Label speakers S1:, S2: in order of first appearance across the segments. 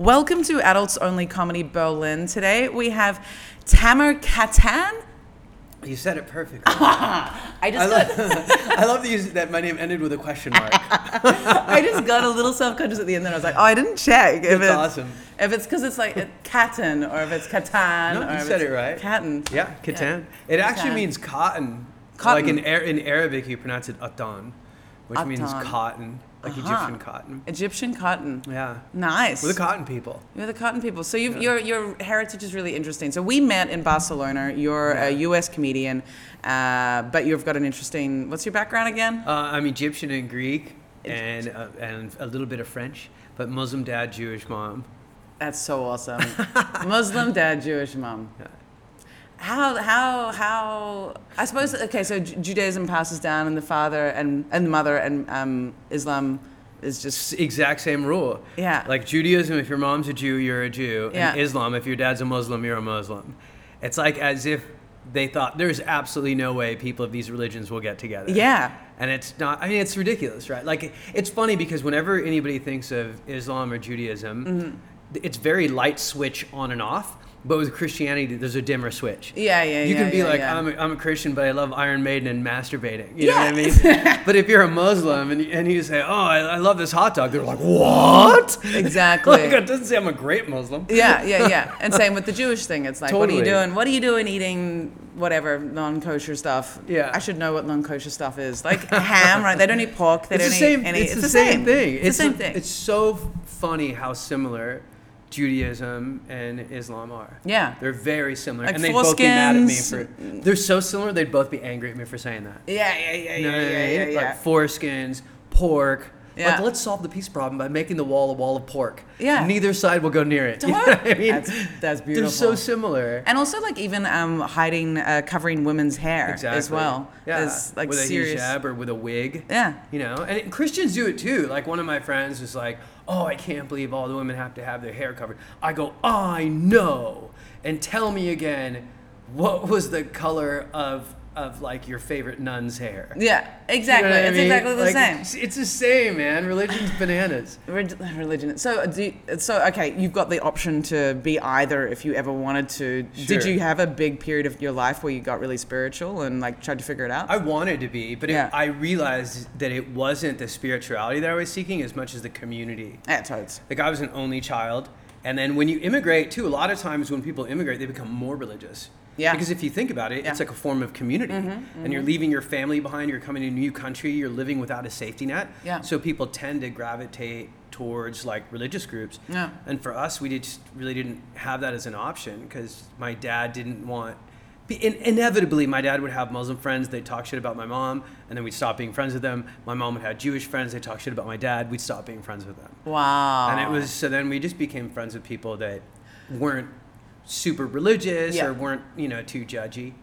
S1: Welcome to Adults Only Comedy Berlin. Today we have Tamer Katan.
S2: You said it perfectly.
S1: I just
S2: I
S1: got,
S2: love, I love that, you, that my name ended with a question mark.
S1: I just got a little self conscious at the end, and I was like, oh, I didn't check. If
S2: That's
S1: it's,
S2: awesome.
S1: If it's because it's like it- Katan or if it's Katan.
S2: No,
S1: or
S2: you
S1: if
S2: said
S1: it's
S2: it right.
S1: Katan.
S2: yeah, katan. It actually
S1: Katan.
S2: means cotton.
S1: Cotton.
S2: Like in, Ar- in Arabic, you pronounce it atan, which means
S1: Atan.
S2: cotton, like Egyptian cotton.
S1: Egyptian cotton.
S2: Yeah.
S1: Nice.
S2: We're the cotton people.
S1: You're the cotton people. So you've, your your heritage is really interesting. So we met in Barcelona. You're a U.S. comedian, uh, but you've got an interesting. What's your background again?
S2: Uh, I'm Egyptian and Greek and, uh, and a little bit of French, but Muslim dad, Jewish mom.
S1: That's so awesome. Muslim dad, Jewish mom.
S2: Yeah.
S1: How how how? I suppose okay. So Ju- Judaism passes down, and the father and and the mother, and um, Islam is
S2: It's
S1: just
S2: the exact same rule.
S1: Yeah.
S2: Like Judaism, if your mom's a Jew, you're a Jew.
S1: Yeah.
S2: And Islam, if your dad's a Muslim, you're a Muslim. It's like as if they thought there's absolutely no way people of these religions will get together.
S1: Yeah.
S2: And it's not, I mean, it's ridiculous, right? Like, it's funny because whenever anybody thinks of Islam or Judaism,
S1: Mm-hmm.
S2: th- it's very light switch on and off. But with Christianity, there's a dimmer switch.
S1: Yeah, yeah,
S2: You
S1: yeah,
S2: can be
S1: yeah,
S2: like,
S1: yeah.
S2: I'm, a, I'm a Christian, but I love Iron Maiden and masturbating. You know
S1: Yes.
S2: what I mean? but if you're a Muslim and, and you say, Oh, I, I love this hot dog, they're like, What?
S1: Exactly.
S2: like, it doesn't say I'm a great Muslim.
S1: yeah, yeah, yeah. And same with the Jewish thing. It's like, what are you
S2: Totally.
S1: doing? What are you doing eating whatever non kosher stuff?
S2: Yeah.
S1: I should know what non kosher stuff is. Like ham, right? They don't eat pork. They
S2: it's
S1: don't
S2: the same.
S1: eat any.
S2: it's, the, same, thing.
S1: It's, the same thing.
S2: It's so funny how similar Judaism and Islam are.
S1: Yeah.
S2: they're very similar,
S1: Like
S2: and they'd both be mad at me for.
S1: foreskins.
S2: They're so similar. They'd both be angry at me for saying that.
S1: yeah, yeah, yeah,
S2: You know
S1: yeah,
S2: what I
S1: yeah,
S2: mean?
S1: yeah, yeah.
S2: Like foreskins, pork.
S1: Yeah.
S2: Like let's solve the peace problem by making the wall a wall of pork.
S1: Yeah.
S2: Neither side will go near it. You know
S1: Totally.
S2: what I mean?
S1: That's- that's
S2: They're so
S1: beautiful.
S2: similar.
S1: and also like even um, hiding, uh, covering women's hair
S2: Exactly.
S1: as well.
S2: Yeah.
S1: Is, like
S2: with
S1: serious.
S2: a hijab or with a wig.
S1: Yeah.
S2: You know, and Christians do it too. Like one of my friends was like, "Oh, I can't believe all the women have to have their hair covered." I go, "I know." And tell me again, what was the color of of like your favorite nun's hair?
S1: Yeah, exactly.
S2: You know what I
S1: it's
S2: mean?
S1: exactly the
S2: Like,
S1: same.
S2: It's, it's the same, man. Religion's bananas.
S1: Reg- Religion. So, do you- so okay, you've got the option to be either if you ever wanted to. Did
S2: Sure.
S1: you have a big period of your life where you got really spiritual and like tried to figure it out?
S2: I wanted to be, but
S1: Yeah.
S2: it, I realized that it wasn't the spirituality that I was seeking as much as the community.
S1: yeah, toads.
S2: Like I was an only child, and then when you immigrate too, a lot of times when people immigrate, they become more religious.
S1: Yeah.
S2: Because if you think about it, it's
S1: Yeah. Mm-hmm,
S2: like a form of community, and you're leaving your family behind. You're coming to a new country. You're living without a safety net.
S1: Yeah.
S2: So people tend to gravitate towards like religious groups.
S1: Yeah.
S2: And for us, we just really didn't have that as an option because my dad didn't want. be- In, inevitably, my dad would have Muslim friends. They'd talk shit about my mom, and then we'd stop being friends with them. My mom would have Jewish friends. They'd talk shit about my dad. We'd stop being friends with them.
S1: Wow.
S2: And it was so then we just became friends with people that weren't super religious
S1: Yeah. Mm-hmm.
S2: or weren't, you know, too judgy.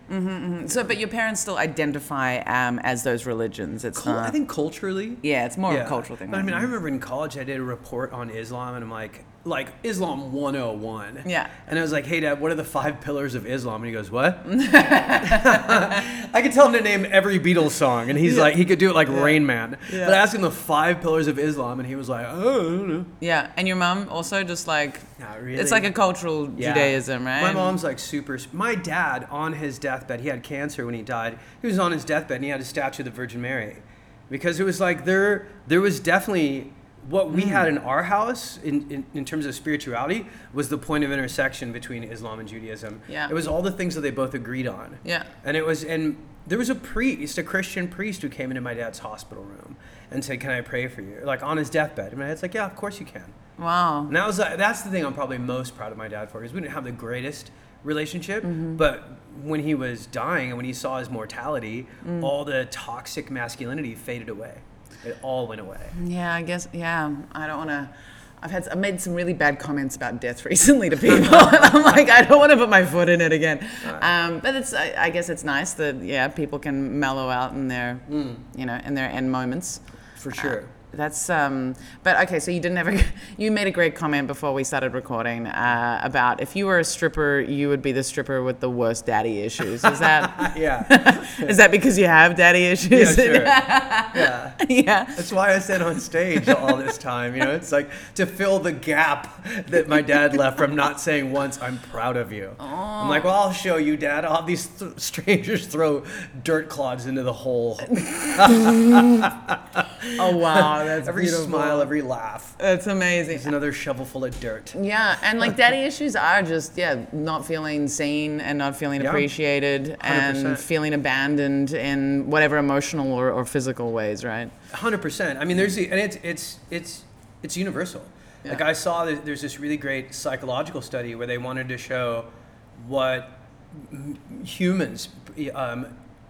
S1: so, but your parents still identify um, as those religions. It's
S2: Cul-
S1: not-
S2: I think culturally.
S1: Uh. Yeah, it's more of
S2: yeah.
S1: a cultural thing. mm-hmm.
S2: But I mean, I remember in college I did a report on Islam and I'm like, like Islam 101.
S1: Yeah.
S2: And I was like, hey, dad, what are the five pillars of Islam? And he goes, what? I could tell him to name every Beatles song. And he's like, he could do it like Rain Man.
S1: Yeah.
S2: But I asked him the five pillars of Islam and he was like, oh, I don't know.
S1: yeah, and your mum also just like
S2: Not
S1: it's
S2: really.
S1: like a cultural
S2: Yeah.
S1: Judaism, right?
S2: My mom's like super. My dad, on his deathbed, he had cancer when he died. He was on his deathbed and he had a statue of the Virgin Mary, because it was like there, there was definitely what
S1: Hmm.
S2: we had in our house in, in, in terms of spirituality was the point of intersection between Islam and Judaism.
S1: Yeah.
S2: It was all the things that they both agreed on.
S1: Yeah.
S2: And it was and there was a priest, a Christian priest, who came into my dad's hospital room and said, "Can I pray for you?" Like on his deathbed. And my dad's like, "Yeah, of course you can."
S1: Wow.
S2: And that was like, that's the thing I'm probably most proud of my dad for because we didn't have the greatest relationship, but when he was dying and when he saw his mortality, all the toxic masculinity faded away. It all went away.
S1: Yeah, I guess. Yeah, I don't want to. I've had I've made some really bad comments about death recently to people, and I'm like, I don't want to put my foot in it again. Um, but it's I, I guess it's nice Hmm. that yeah, people can mellow out in their you know in their end moments.
S2: For sure.
S1: That's um. But okay, so you didn't have a. You made a great comment before we started recording uh, about if you were a stripper, you would be the stripper with the worst daddy issues. Is that
S2: Yeah.
S1: is that because you have daddy
S2: Yeah,
S1: issues?
S2: sure. yeah.
S1: yeah.
S2: That's why I said on stage all this time, you know, it's like to fill the gap that my dad left from not saying once, I'm proud of you. I'm like, well, I'll show you, dad. All these th- strangers throw dirt clods into the hole.
S1: Oh wow, that's
S2: Every
S1: beautiful.
S2: smile, every laugh
S1: That's amazing.
S2: is another shovelful of dirt.
S1: Yeah, and like daddy issues are just yeah, not feeling seen and not feeling
S2: Yeah.
S1: appreciated and
S2: 100%.
S1: feeling abandoned in whatever emotional or, or physical ways, right?
S2: hundred percent. I mean, there's the, and it's it's it's it's universal.
S1: Yeah.
S2: Like I saw that there's this really great psychological study where they wanted to show what m- humans um,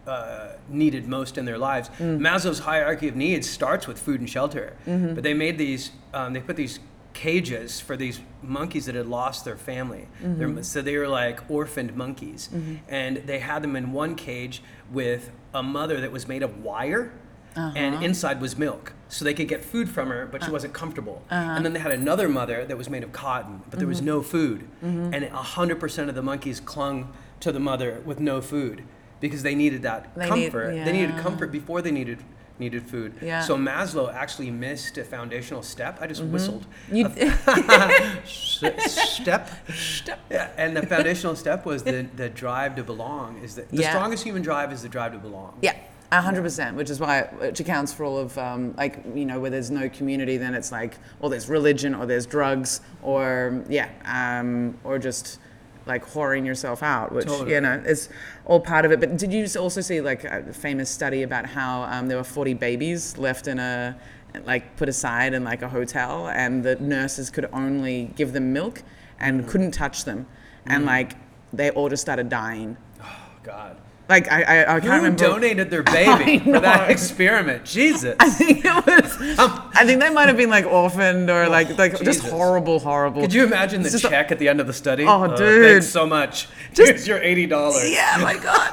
S2: uh, needed most in their lives. Maslow's hierarchy of needs starts with food and shelter, but they made these um, they put these cages for these monkeys that had lost their family. They're- So they were like orphaned monkeys, and they had them in one cage with a mother that was made of wire
S1: Uh-huh.
S2: and inside was milk so they could get food from her but she
S1: Uh,
S2: wasn't comfortable
S1: uh-huh.
S2: and then they had another mother that was made of cotton but there was
S1: Mm-hmm.
S2: no food and 100% of the monkeys clung to the mother with no food because they needed that
S1: They need-
S2: comfort they needed
S1: yeah.
S2: comfort before they needed needed food
S1: Yeah. Mm-hmm.
S2: so maslow actually missed a foundational step i just whistled
S1: You-
S2: A- step step yeah, and the foundational step was the, the drive to belong is the, the
S1: Yeah.
S2: strongest human drive is the drive to belong
S1: Yeah. A hundred percent, which is why which accounts for all of um, like you know where there's no community, then it's like or there's religion or there's drugs or yeah um, or just like whoring yourself out, which
S2: Totally.
S1: you know is all part of it. But did you also see like a famous study about how um, there were 40 babies left in a like put aside in like a hotel, and the nurses could only give them milk
S2: Mm.
S1: and couldn't touch them, and like they all just started dying.
S2: oh god
S1: Like I I, I can't
S2: Who
S1: remember.
S2: donated their baby
S1: I
S2: for
S1: know.
S2: that experiment? Jesus.
S1: I think it was. Um, Oh, I think they might have been like orphaned or like like just
S2: Jesus.
S1: horrible, horrible.
S2: Could you imagine the
S1: It's just a-
S2: check at the end of the study?
S1: Oh, dude.
S2: Thanks so much.
S1: Just-
S2: Here's your eighty dollars.
S1: Yeah, my god.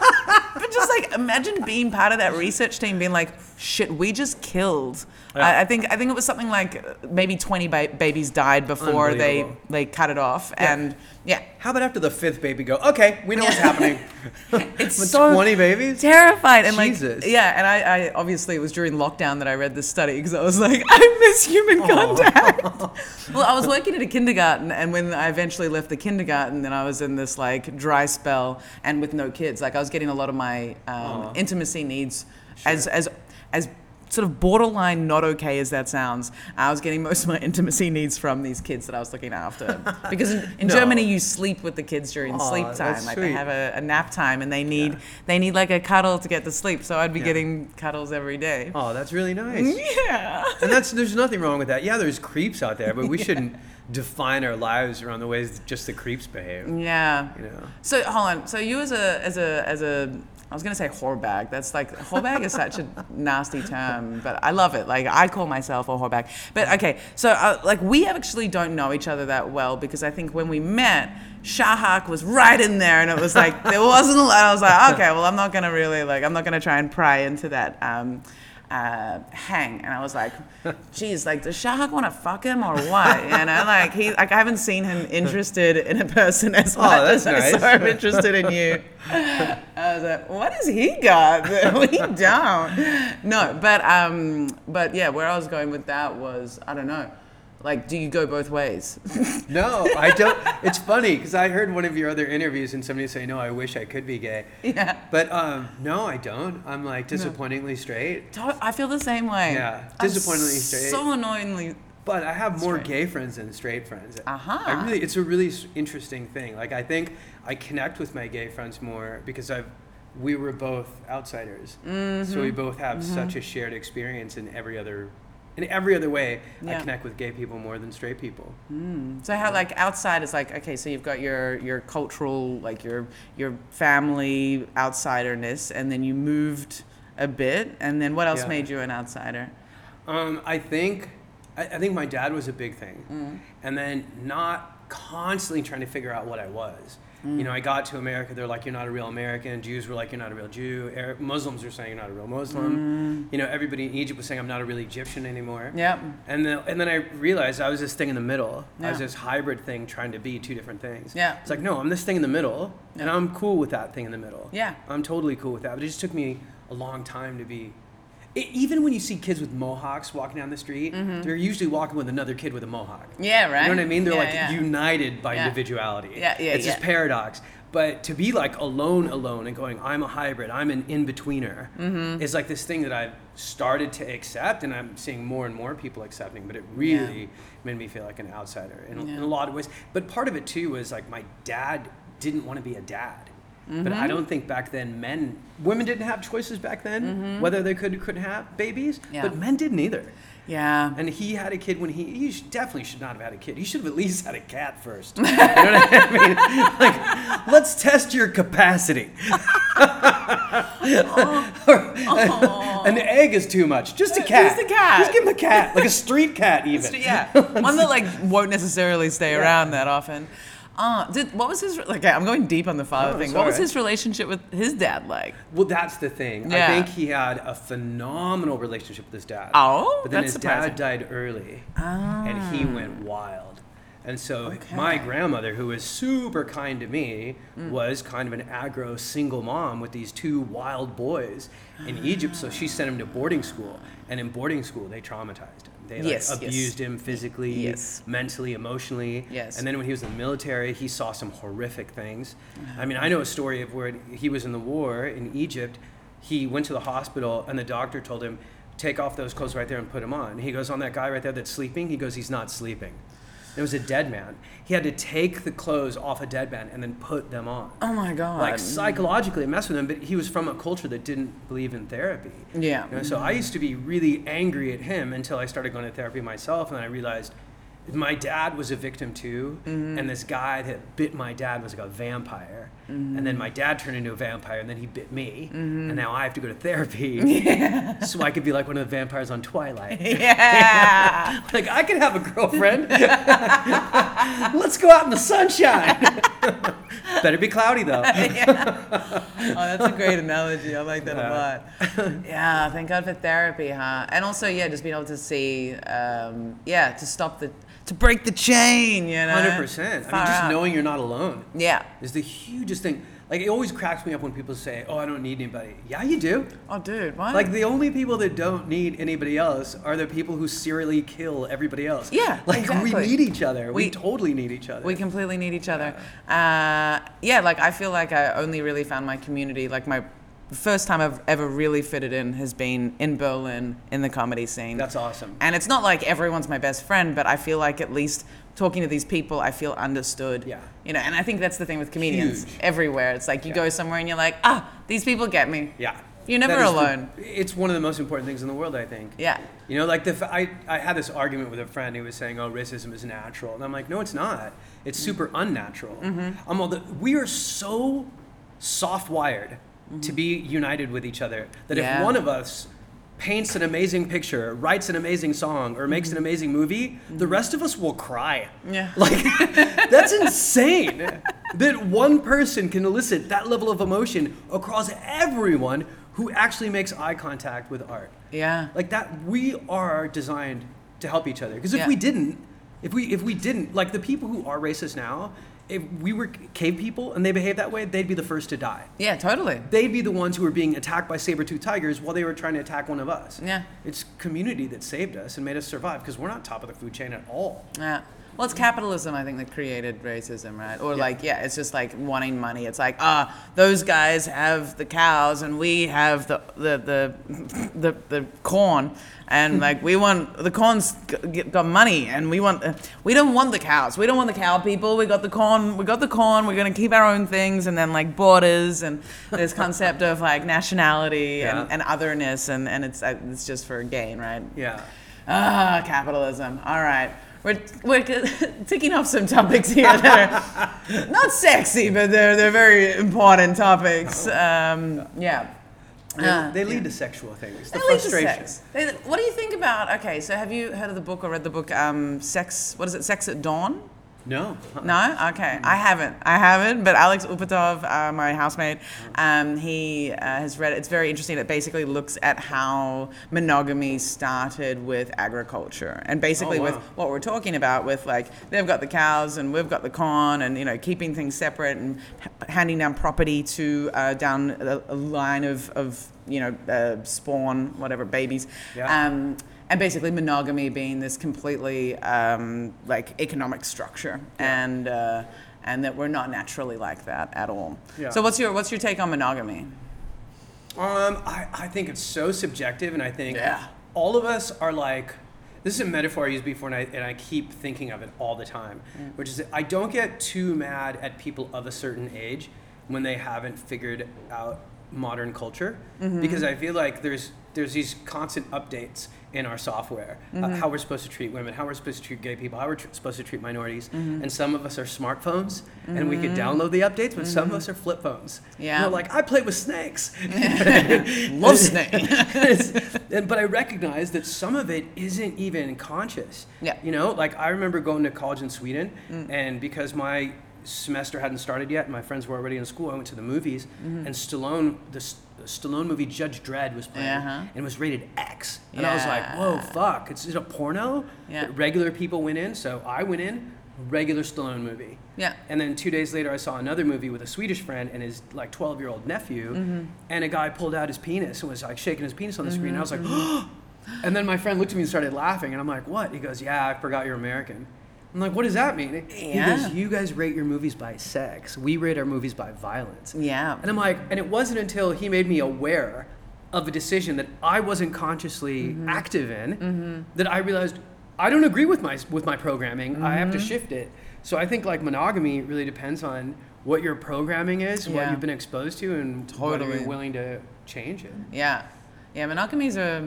S1: but just like imagine being part of that research team, being like, shit, we just killed. I, I think I think it was something like uh, maybe twenty ba- babies died before they
S2: Unbelievable.
S1: they cut it off, and yeah,
S2: How about after the fifth baby go? Okay, we know what's happening.
S1: it's
S2: With
S1: so
S2: Twenty babies.
S1: terrified and
S2: Jesus.
S1: like yeah and I, I obviously it was during lockdown that i read this study because i was like i miss human contact well i was working at a kindergarten and when i eventually left the kindergarten then i was in this like dry spell and with no kids like i was getting a lot of my um, intimacy needs as as as sort of borderline not okay as that sounds i was getting most of my intimacy needs from these kids that i was looking after because in, in
S2: No.
S1: germany you sleep with the kids during
S2: Aw,
S1: sleep time
S2: that's
S1: like they
S2: sweet.
S1: have a, a nap time and they need they need like a cuddle to get to sleep so i'd be getting cuddles every day
S2: Oh, that's really nice.
S1: yeah
S2: And that's there's nothing wrong with that. Yeah, there's creeps out there, but we shouldn't define our lives around the ways just the creeps behave.
S1: yeah
S2: You know.
S1: so hold on so you as a as a as a I was gonna say whorebag. That's like whorebag is such a nasty term, but I love it. Like I call myself a whorebag. But okay, so uh, like we actually don't know each other that well because I think when we met, Shahak was right in there, and it was like there wasn't a lot. I was like, okay, well I'm not gonna really like I'm not gonna try and pry into that um, uh, hang, and I was like, geez, like does Shahak want to fuck him or what? You know, like he like I haven't seen him interested in a person as
S2: Oh,
S1: much as
S2: that's
S1: I saw
S2: nice.
S1: him interested in you. I was like, what has he got that we don't? No, but um, but yeah, where I was going with that was I don't know. Like, do you go both ways?
S2: No, I don't. It's funny because I heard one of your other interviews and somebody say, "No, I wish I could be gay."
S1: Yeah.
S2: But um, no, I don't. I'm like disappointingly straight.
S1: To- I feel the same way.
S2: Yeah,
S1: I'm
S2: disappointingly straight.
S1: So annoyingly.
S2: But I have more
S1: Straight.
S2: gay friends than straight friends.
S1: Aha.
S2: I really, it's a really s- interesting thing. Like I think I connect with my gay friends more because I've, we were both outsiders,
S1: Mm-hmm.
S2: so we both have such a shared experience in every other, in every other way.
S1: Yeah.
S2: I connect with gay people more than straight people.
S1: So how like outside is like okay, so you've got your your cultural like your your family outsiderness, and then you moved a bit, and then what else
S2: Yeah.
S1: made you an outsider?
S2: Um, I think, I, I think my dad was a big thing, and then not constantly trying to figure out what I was. You know, I got to America, they're like, you're not a real American. Jews were like, you're not a real Jew. Arab, Muslims were saying, you're not a real Muslim. You know, everybody in Egypt was saying, I'm not a real Egyptian anymore.
S1: Yep.
S2: And then, and then I realized I was this thing in the middle. I was
S1: Mm. Yeah.
S2: this hybrid thing trying to be two different things.
S1: Yeah.
S2: It's like, no, I'm this thing in the middle, and I'm cool with that thing in the middle.
S1: Yeah.
S2: I'm totally cool with that. But it just took me a long time to be. e- even when you see kids with mohawks walking down the street,
S1: Mm-hmm.
S2: they're usually walking with another kid with a mohawk.
S1: Yeah, right.
S2: You know what I mean? They're
S1: Yeah,
S2: like
S1: yeah.
S2: united by
S1: Yeah.
S2: individuality.
S1: Yeah, yeah,
S2: It's this
S1: yeah.
S2: paradox. But to be like alone, alone, and going, I'm a hybrid, I'm an in betweener,
S1: Mm-hmm.
S2: is like this thing that I've started to accept, and I'm seeing more and more people accepting. But it really made me feel like an outsider in, in
S1: Yeah.
S2: a lot of ways. But part of it too was like my dad didn't want to be a dad. But
S1: Mm-hmm.
S2: I don't think back then men, women didn't have choices back then, whether they could or couldn't have babies,
S1: Mm-hmm. Yeah.
S2: but men didn't either.
S1: Yeah.
S2: And he had a kid when he he sh- definitely should not have had a kid. He should have at least had a cat first. You know what I mean? Like, let's test your capacity. An egg is too much. Just a
S1: Uh,
S2: cat.
S1: just a cat.
S2: Just give him a cat, like a street cat, even.
S1: yeah, one that like won't necessarily stay around that often. Uh, did, what was his re- like? I'm going deep on the father
S2: No,
S1: thing.
S2: it's
S1: What was
S2: alright.
S1: his relationship with his dad like?
S2: Well, that's the thing. I
S1: Yeah.
S2: think he had a phenomenal relationship with his dad.
S1: Oh,
S2: but then
S1: that's
S2: his
S1: surprising. Ah.
S2: dad died early, and he went wild. And so my
S1: Okay. Mm.
S2: grandmother, who was super kind to me, was kind of an aggro single mom with these two wild boys in Egypt. So she sent him to boarding school, and in boarding school they traumatized him. They like,
S1: Yes, yes.
S2: abused him physically,
S1: Yes.
S2: mentally, emotionally.
S1: Yes.
S2: And then when he was in the military, he saw some horrific things. I mean, I know a story of where he was in the war in Egypt. He went to the hospital, and the doctor told him, "Take off those clothes right there and put them on." And he goes, "On that guy right there that's sleeping." He goes, "He's not sleeping." It was a dead man. He had to take the clothes off a dead man and then put them on.
S1: Oh my god!
S2: Like psychologically, it messed with him. But he was from a culture that didn't believe in therapy.
S1: yeah,
S2: You know, so I used to be really angry at him until I started going to therapy myself, and I realized my dad was a victim too. And this guy that bit my dad was like a vampire, and then my dad turned into a vampire, and then he bit me, and now I have to go to therapy so I could be like one of the vampires on Twilight.
S1: yeah.
S2: like I could have a girlfriend. Let's go out in the sunshine. Better be cloudy though.
S1: Oh, that's a great analogy. I like that a lot. Yeah, thank God for therapy, huh? And also, yeah, just being able to see, um, yeah, to stop the, to break the chain, you know.
S2: Hundred percent. I mean,
S1: Far
S2: just
S1: out.
S2: knowing you're not alone.
S1: Yeah.
S2: is the hugest thing. Like it always cracks me up when people say, "Oh, I don't need anybody." Yeah, you do.
S1: Oh, dude, what?
S2: Like the only people that don't need anybody else are the people who serially kill everybody else.
S1: Yeah,
S2: like we
S1: exactly.
S2: need each other. We,
S1: We-
S2: totally need each other.
S1: We completely need each other. Yeah. Uh, yeah, like I feel like I only really found my community. Like my the first time I've ever really fitted in has been in Berlin in the comedy scene.
S2: That's awesome.
S1: And it's not like everyone's my best friend, but I feel like at least talking to these people, I feel understood.
S2: Yeah.
S1: You know, and I think that's the thing with comedians
S2: Huge.
S1: everywhere. It's like you
S2: Yeah.
S1: go somewhere and you're like, ah, these people get me.
S2: yeah,
S1: You're never
S2: That is the-
S1: alone.
S2: it's one of the most important things in the world, I think.
S1: Yeah.
S2: You know, like the f- I, I had this argument with a friend who was saying, "Oh, racism is natural," and I'm like, "No, it's not. It's super unnatural." I'm all the, we are so soft-wired to be united with each other that
S1: Yeah.
S2: if one of us paints an amazing picture, writes an amazing song, or makes an amazing movie, the rest of us will cry.
S1: Yeah.
S2: Like, that's insane that one person can elicit that level of emotion across everyone who actually makes eye contact with art.
S1: Yeah.
S2: Like that, we are designed to help each other. Because if
S1: Yeah.
S2: we didn't, if we if we didn't, like the people who are racist now, if we were cave people and they behaved that way, they'd be the first to die.
S1: Yeah, totally.
S2: They'd be the ones who were being attacked by saber-toothed tigers while they were trying to attack one of us.
S1: Yeah.
S2: It's community that saved us and made us survive because we're not top of the food chain at all.
S1: Yeah. Well, it's capitalism, I think, that created racism, right? Or,
S2: Yeah.
S1: like, yeah, it's just like wanting money. It's like, ah, those guys have the cows and we have the, the, the, the, the corn. And, like, we want the corn's g- g- got money and we want, uh, we don't want the cows. We don't want the cow people. We got the corn. We got the corn. We're going to keep our own things. And then, like, borders and this concept of, like, nationality
S2: Yeah.
S1: and, and otherness. And, and it's, uh, it's just for gain, right?
S2: Yeah.
S1: Ah, capitalism. All right. We're, we're ticking off some topics here that are not sexy, but they're, they're very important topics. Um, yeah.
S2: They,
S1: Ah,
S2: they lead to sexual things. The
S1: They lead to
S2: frustration.
S1: sex. They- what do you think about? Okay, so have you heard of the book or read the book um, Sex? What is it? Sex at Dawn?
S2: No.
S1: No, okay, I haven't. I haven't. But Alex Upatov, uh, my housemate, um, he uh, has read it. It's very interesting. It basically looks at how monogamy started with agriculture, and basically
S2: Oh,
S1: with
S2: wow.
S1: what we're talking about, with like they've got the cows and we've got the corn, and you know keeping things separate and h- handing down property to uh, down a, a line of, of you know uh, spawn, whatever babies.
S2: Yeah.
S1: Um, and basically, monogamy being this completely um, like economic structure, and uh, and that we're not naturally like that at all.
S2: Yeah.
S1: So, what's your what's your take on monogamy?
S2: Um, I, I think it's so subjective, and I think
S1: Yeah.
S2: all of us are like, this is a metaphor I used before, and I, and I keep thinking of it all the time,
S1: Mm.
S2: which is that I don't get too mad at people of a certain age when they haven't figured out modern culture,
S1: Mm-hmm.
S2: because I feel like there's there's these constant updates in our software,
S1: Mm-hmm.
S2: uh, how we're supposed to treat women, how we're supposed to treat gay people, how we're tr- supposed to treat minorities,
S1: Mm-hmm.
S2: and some of us are smartphones, and we could download the updates, but some of us are flip phones. And
S1: Mm-hmm. Yeah.
S2: we're like I play with snakes.
S1: Love snake.
S2: It's- and- but I recognize that some of it isn't even conscious.
S1: Yeah. Mm.
S2: You know, like I remember going to college in Sweden, and because my semester hadn't started yet, my friends were already in school. I went to the movies,
S1: Mm-hmm.
S2: and Stallone, the S- Stallone movie Judge Dredd was playing,
S1: Uh-huh.
S2: and it was rated X. And I was like,
S1: Yeah.
S2: whoa, fuck! It's, is it a porno?
S1: Yeah.
S2: That regular people went in, so I went in. Regular Stallone movie.
S1: Yeah.
S2: And then two days later, I saw another movie with a Swedish friend and his like 12 year old nephew,
S1: Mm-hmm.
S2: and a guy pulled out his penis and was like shaking his penis on the screen. And I was like,
S1: Mm-hmm.
S2: and then my friend looked at me and started laughing, and I'm like, what? He goes, yeah, I forgot you're American. I'm like, what does that mean?
S1: Yeah.
S2: He goes, you guys rate your movies by sex. We rate our movies by violence.
S1: yeah.
S2: And I'm like, and it wasn't until he made me aware of a decision that I wasn't consciously active in that I realized I don't agree with my with my programming. I have to shift it. So I think like monogamy really depends on what your programming is, what
S1: Yeah.
S2: you've been exposed to, and whether
S1: Totally.
S2: you're willing to change it.
S1: Yeah. Yeah, monogamy's a.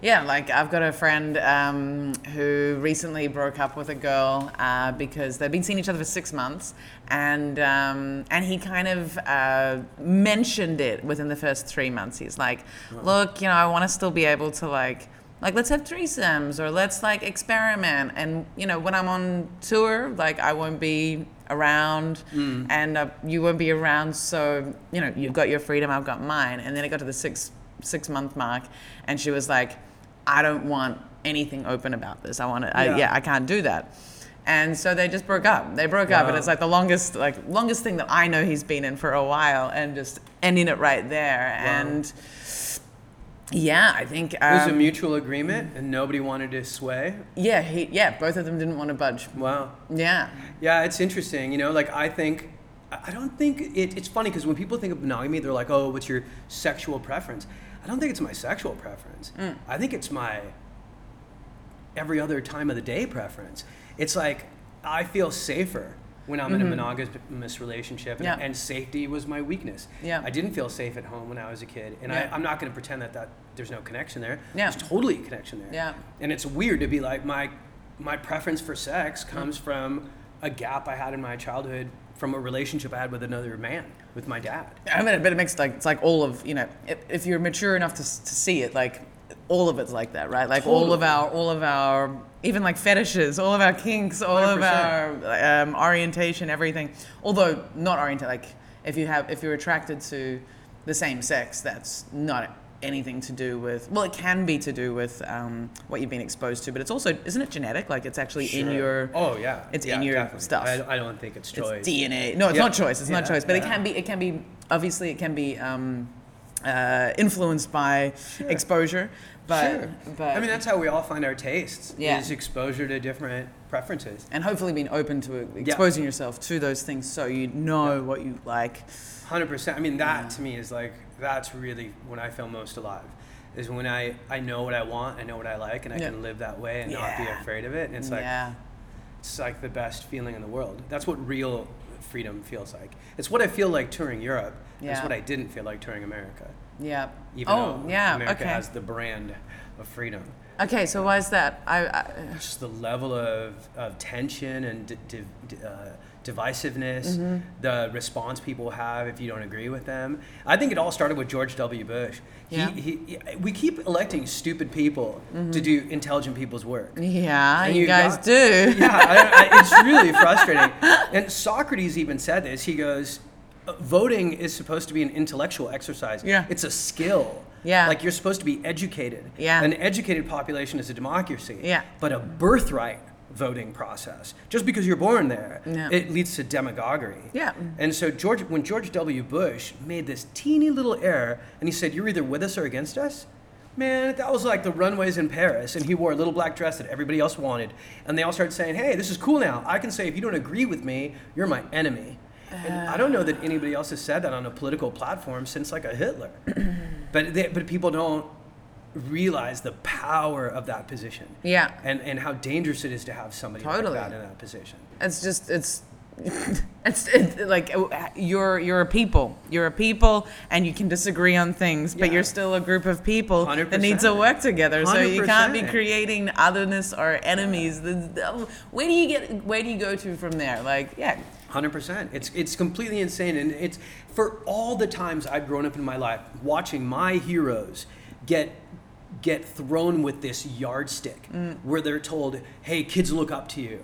S1: Yeah, like I've got a friend um, who recently broke up with a girl uh, because they've been seeing each other for six months, and um, and he kind of uh, mentioned it within the first three months. He's like, "Look, you know, I want to still be able to like." Like let's have threesomes or let's like experiment and you know when I'm on tour like I won't be around
S2: Hmm.
S1: and uh, you won't be around so you know you've got your freedom I've got mine and then it got to the six six month mark and she was like i don't want anything open about this i want to
S2: Yeah.
S1: I, yeah i can't do that and so they just broke up they broke up and
S2: Wow.
S1: it's like the longest like longest thing that i know he's been in for a while and just ending it right there and yeah i think
S2: It was a
S1: um,
S2: mutual agreement, and nobody wanted to sway.
S1: yeah he, yeah both of them didn't want to budge
S2: Wow.
S1: yeah
S2: Yeah, it's interesting. You know, like I think, I I don't think it, it's funny because when people think of monogamy, they're like, oh, what's your sexual preference? I don't think it's my sexual preference.
S1: Mm.
S2: I think it's my every other time of the day preference. It's like I feel safer when I'm in a monogamous relationship, and,
S1: Mm-hmm. Yeah.
S2: and safety was my weakness.
S1: Yeah.
S2: I didn't feel safe at home when I was a kid, and
S1: Yeah.
S2: I, I'm not going to pretend that, that there's no connection there.
S1: Yeah.
S2: There's totally a connection there
S1: Yeah.
S2: and it's weird to be like my my preference for sex comes
S1: Mm.
S2: from a gap I had in my childhood from a relationship I had with another man with my dad.
S1: I mean, but it makes like it's like all of you know, if, if you're mature enough to, s- to see it, like all of it's like that, right? Like all of
S2: Totally.
S1: our, all of our, even like fetishes, all of our kinks, all of
S2: 100%.
S1: our um, orientation, everything. Although not oriented, like if you have, if you're attracted to the same sex, that's not anything to do with. Well, it can be to do with um, what you've been exposed to, but it's also isn't it genetic? Like it's actually in your.
S2: oh yeah,
S1: it's
S2: Yeah,
S1: in your
S2: definitely.
S1: stuff.
S2: I, I don't think it's choice.
S1: It's DNA. No, it's
S2: Yeah.
S1: not choice. It's not
S2: Yeah,
S1: choice, but it
S2: yeah.
S1: can be. It can be. Obviously, it can be um, uh, influenced by exposure. But,
S2: sure.
S1: but
S2: I mean that's how we all find our tastes.
S1: Yeah.
S2: Is exposure to different preferences.
S1: and hopefully being open to exposing yourself to those things, so you know what you like.
S2: Hundred percent. I mean, that
S1: Mm.
S2: to me is like that's really when I feel most alive. Is when I I know what I want, I know what I like, and I
S1: Yeah.
S2: can live that way and not be
S1: Yeah.
S2: afraid of it. And it's like
S1: yeah,
S2: it's like the best feeling in the world. That's what real freedom feels like. It's what I feel like touring Europe. It's
S1: Yeah.
S2: what I didn't feel like touring America.
S1: yeah.
S2: Even
S1: Oh,
S2: though
S1: yeah.
S2: America
S1: okay.
S2: has the brand of freedom.
S1: Okay, so why is that? I, I
S2: just the level of, of tension and di- div di- uh, divisiveness,
S1: Mm-hmm.
S2: the response people have if you don't agree with them. I think it all started with George W. Bush.
S1: Yeah. Mm-hmm.
S2: He, he, he- we keep electing stupid people to do intelligent people's work.
S1: yeah,
S2: And
S1: you,
S2: you
S1: guys
S2: got-
S1: do.
S2: yeah, I, I, it's really frustrating. And Socrates even said this. He goes, "Uh, voting is supposed to be an intellectual exercise.
S1: Yeah.
S2: It's a skill.
S1: Yeah.
S2: Like you're supposed to be educated.
S1: Yeah.
S2: An educated population is a democracy.
S1: Yeah.
S2: But a birthright voting process, just because you're born there,
S1: Yeah.
S2: it leads to demagoguery.
S1: Yeah.
S2: And so George, when George W. Bush made this teeny little error, and he said, "You're either with us or against us." Man, that was like the runways in Paris, and he wore a little black dress that everybody else wanted, and they all started saying, "Hey, this is cool now. I can say if you don't agree with me, you're my enemy." And I don't know that anybody else has said that on a political platform since like a Hitler, but they, but people don't realize the power of that position.
S1: Yeah.
S2: And and how dangerous it is to have somebody
S1: Totally.
S2: like that in that position.
S1: It's just it's it's, it's like uh, you're you're a people. You're a people, and you can disagree on things, but
S2: Yeah.
S1: you're still a group of people that need to
S2: 100%.
S1: work together. So you can't be
S2: 100%.
S1: creating otherness or enemies. The- the- Where do you get? Where do you go to from there? Like yeah,
S2: Hundred percent. It's it's completely insane, and it's for all the times I've grown up in my life watching my heroes get get thrown with this yardstick
S1: Mm.
S2: where they're told, "Hey, kids, look up to you.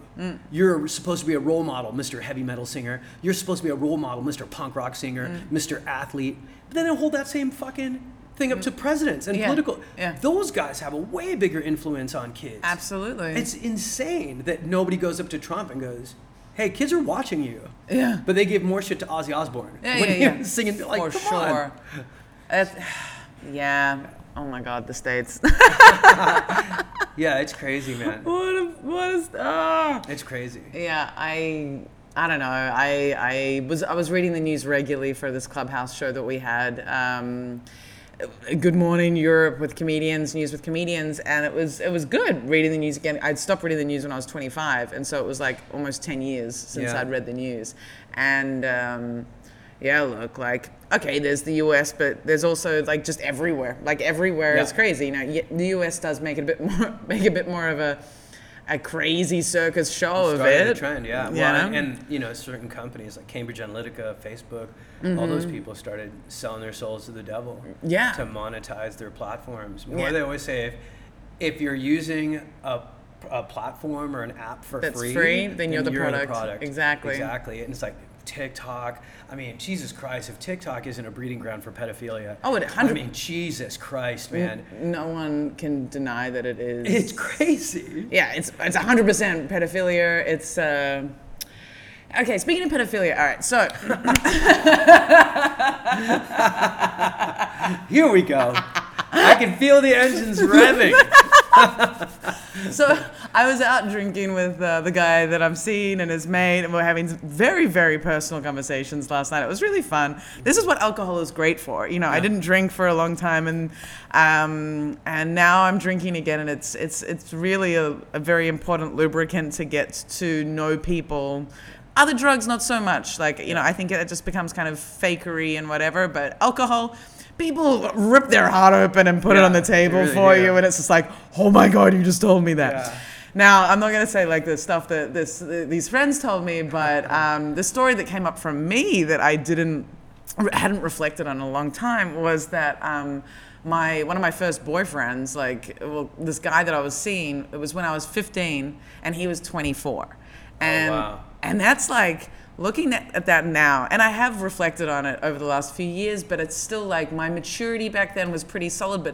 S2: You're supposed to be a role model, Mr. Heavy metal singer. You're supposed to be a role model, Mr. Punk rock singer,
S1: Mm.
S2: Mr. Athlete." But then they hold that same fucking thing up to presidents and
S1: Mm. Yeah.
S2: political.
S1: Yeah.
S2: Those guys have a way bigger influence on kids.
S1: absolutely.
S2: It's insane that nobody goes up to Trump and goes, "Hey, kids are watching you."
S1: Yeah.
S2: But they give more shit to Ozzy Osbourne
S1: Yeah,
S2: when
S1: yeah,
S2: he
S1: yeah.
S2: was singing like,
S1: for
S2: "Come
S1: sure.
S2: on."
S1: It- yeah. Oh my God, the states.
S2: Yeah, it's crazy, man.
S1: what a what a ah.
S2: It's crazy.
S1: Yeah, I I don't know. I I was I was reading the news regularly for this clubhouse show that we had. Um, Good Morning Europe with comedians, news with comedians, and it was it was good reading the news again. I'd stopped reading the news when I was 25, and so it was like almost 10 years since
S2: Yeah.
S1: I'd read the news, and. Um, yeah, look, like, okay, there's the US, but there's also, like, just everywhere. Like, everywhere is
S2: Yeah.
S1: crazy. You know, y- the US does make it a bit more, make a bit more of a, a crazy circus show of
S2: Started
S1: it.
S2: the trend, yeah.
S1: Yeah.
S2: Well, and, and, you know, certain companies like Cambridge Analytica, Facebook, all those people started selling their souls to the devil.
S1: Mm-hmm. Yeah.
S2: To monetize their platforms. What
S1: Yeah.
S2: do they always say? If, if you're using a, a platform or an app for
S1: That's
S2: free,
S1: free, then you're the product.
S2: product.
S1: Exactly.
S2: Exactly. And it's like TikTok. I mean, Jesus Christ! If TikTok isn't a breeding ground for pedophilia,
S1: Oh, it
S2: I
S1: 100
S2: mean, Jesus Christ, man,
S1: no one can deny that it is.
S2: it's crazy.
S1: yeah, it's it's 100% pedophilia. It's uh, okay. Speaking of pedophilia, all right. So
S2: Here we go. I can feel the engines revving.
S1: so I was out drinking with uh, the guy that I'm seeing and his mate, and we're having very, very personal conversations last night. It was really fun. This is what alcohol is great for. You know, I didn't drink for a long time, and um, and now I'm drinking again, and it's it's it's really a, a very important lubricant to get to know people. Other drugs, not so much. Like you know, I think it just becomes kind of fakery and whatever. But alcohol. People rip their heart open and put it
S2: Yeah,
S1: on the
S2: they
S1: table
S2: really
S1: for
S2: do.
S1: you, and it's just like, oh my god, you just told me that.
S2: Yeah.
S1: Now, I'm not going to say like the stuff that this these friends told me, but um, the story that came up from me that I didn't hadn't reflected on in a long time was that um, my one of my first boyfriends, like well, this guy that I was seeing, it was when I was 15 and he was 24, and
S2: Oh, wow.
S1: and that's like looking at, at that now and i have reflected on it over the last few years but it's still like my maturity back then was pretty solid but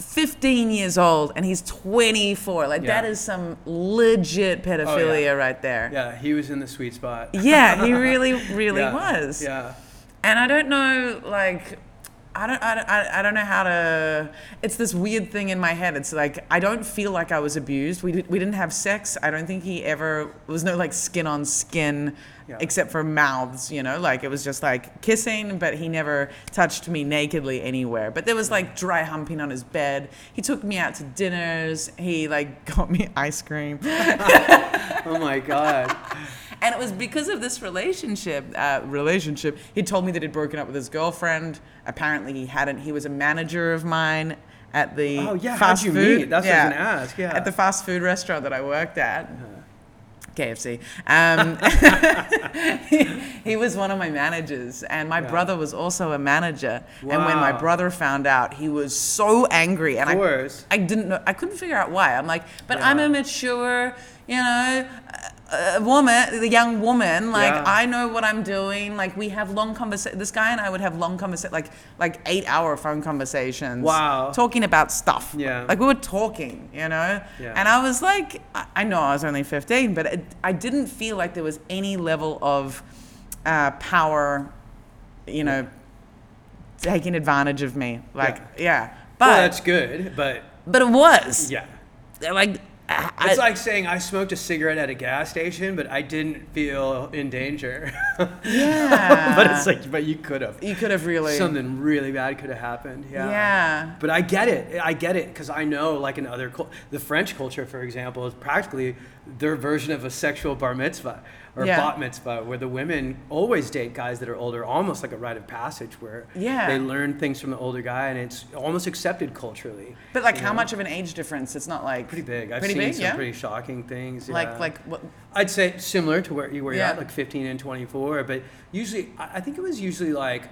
S1: 15 years old and he's 24 like
S2: Yeah. Oh,
S1: that is some legit pedophilia right there yeah.
S2: Yeah, he was in the sweet spot.
S1: he really really
S2: Yeah,
S1: was
S2: Yeah.
S1: and I don't know, like, I don't, I don't, I I don't know how to. It's this weird thing in my head. It's like I don't feel like I was abused. We did, we didn't have sex. I don't think he ever there was no like skin on skin,
S2: Yeah.
S1: except for mouths. You know, like it was just like kissing, but he never touched me nakedly anywhere. But there was like dry humping on his bed. He took me out to dinners. He like got me ice cream.
S2: Oh my God.
S1: And it was because of this relationship. Uh, relationship. He told me that he'd broken up with his girlfriend. Apparently, he hadn't. He was a manager of mine at the
S2: Oh, yeah, how'd
S1: fast
S2: you
S1: food.
S2: meet? That's what I was gonna ask, Uh-huh. yeah.
S1: At the fast food restaurant that I worked at. KFC. Um, he was one of my managers, and my
S2: Yeah.
S1: brother was also a manager. And when my
S2: Wow.
S1: brother found out, he was so angry, and
S2: Of
S1: I,
S2: course.
S1: I didn't know. I couldn't figure out why. I'm like, but I'm
S2: Yeah.
S1: a mature, you know, uh, uh, woman, the young woman. Like
S2: Yeah.
S1: I know what I'm doing. Like we have long conversations. This guy and I would have long conversations, like like eight hour phone conversations.
S2: Wow.
S1: Talking about stuff.
S2: Yeah.
S1: Like we were talking, you know.
S2: Yeah.
S1: And I was like, I, I know I was only 15, but it, I didn't feel like there was any level of uh, power, you know, taking advantage of me. Like, yeah. But
S2: well, that's good, but
S1: but it was
S2: yeah.
S1: like I,
S2: It's like saying I smoked a cigarette at a gas station, but I didn't feel in danger.
S1: yeah.
S2: but it's like, but you could have.
S1: you could have really
S2: Something really bad could have happened. Yeah.
S1: Yeah.
S2: But I get it. I get it because I know, like in other, cul- the French culture, for example, is practically their version of a sexual bar mitzvah or
S1: Yeah.
S2: bat mitzvah, where the women always date guys that are older, almost like a rite of passage, where
S1: Yeah.
S2: they learn things from the older guy, and it's almost accepted culturally.
S1: But like,
S2: you
S1: how
S2: know?
S1: much of an age difference? It's not like
S2: Pretty big. I've
S1: pretty
S2: seen
S1: big,
S2: some
S1: yeah.
S2: pretty shocking things.
S1: Like
S2: yeah.
S1: like what?
S2: I'd say similar to where you were
S1: Yeah.
S2: at, like 15 and 24, but usually, I I think it was usually like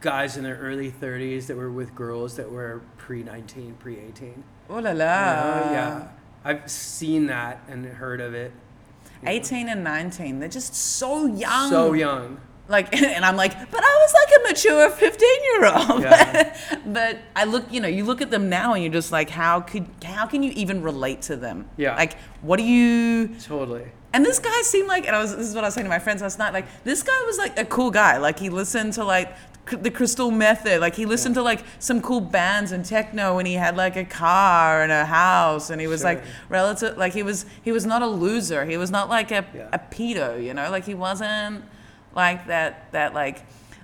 S2: guys in their early 30s that were with girls that were pre 19, pre 18.
S1: Oh la la.
S2: yeah. I've seen that and heard of it.
S1: 18 and 19. They're just so young.
S2: so young.
S1: Like, and I'm like, but I was like a mature 15 year old.
S2: Yeah.
S1: but I look, you know, you look at them now and you're just like, how could, how can you even relate to them?
S2: Yeah.
S1: Like, what do you,
S2: Totally.
S1: And this guy seemed like, and I was, this is what I was saying to my friends last night. Like, this guy was like a cool guy. Like, he listened to like c- the Crystal Method. Like, he listened to like some cool bands and techno. And he had like a car and a house. And he was like
S2: Sure.
S1: relative. Like, he was he was not a loser. He was not like a
S2: Yeah.
S1: a pedo. You know, like he wasn't like that. That like.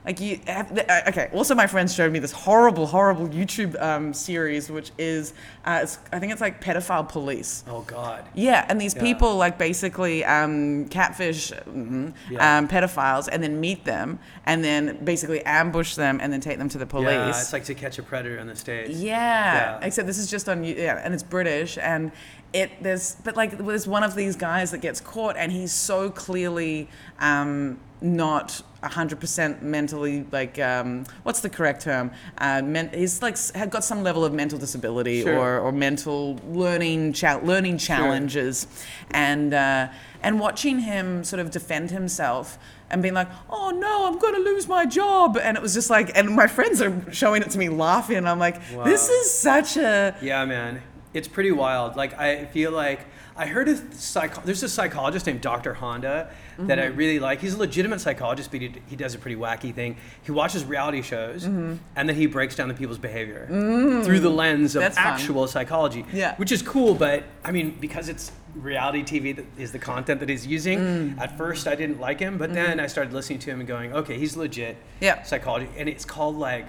S1: Like you have, th- uh, okay. Also, my friends showed me this horrible, horrible YouTube um, series, which is, uh, it's, I think it's like pedophile police.
S2: Oh, God.
S1: Yeah, and these
S2: Yeah.
S1: people like basically um, catfish mhm,
S2: Yeah.
S1: um, pedophiles and then meet them and then basically ambush them and then take them to the police.
S2: Yeah, it's like to catch a predator on the stage.
S1: Yeah.
S2: Yeah.
S1: Except this is just on you- yeah, and it's British and it there's but like there's one of these guys that gets caught and he's so clearly um, not hundred percent mentally like um, what's the correct term? Uh, men- he's like s- had got some level of mental disability
S2: Sure.
S1: or or mental learning chal learning challenges, and uh, and watching him sort of defend himself. And being like, oh no, I'm gonna lose my job. And it was just like, and my friends are showing it to me laughing. And I'm like, this
S2: Wow.
S1: is such a,
S2: Yeah, man. It's pretty wild. Like I feel like I heard a psych. There's a psychologist named Dr. Honda that I
S1: Mm-hmm.
S2: really like. He's a legitimate psychologist, but he, he does a pretty wacky thing. He watches reality shows
S1: Mm-hmm.
S2: and then he breaks down the people's behavior through the lens of
S1: Mm. That's fun.
S2: actual psychology.
S1: Yeah.
S2: which is cool. But I mean, because it's reality TV that is the content that he's using.
S1: Mm.
S2: At first, I didn't like him, but then I started listening to him and going, okay, he's legit.
S1: Mm-hmm. Yeah.
S2: psychology, and it's called like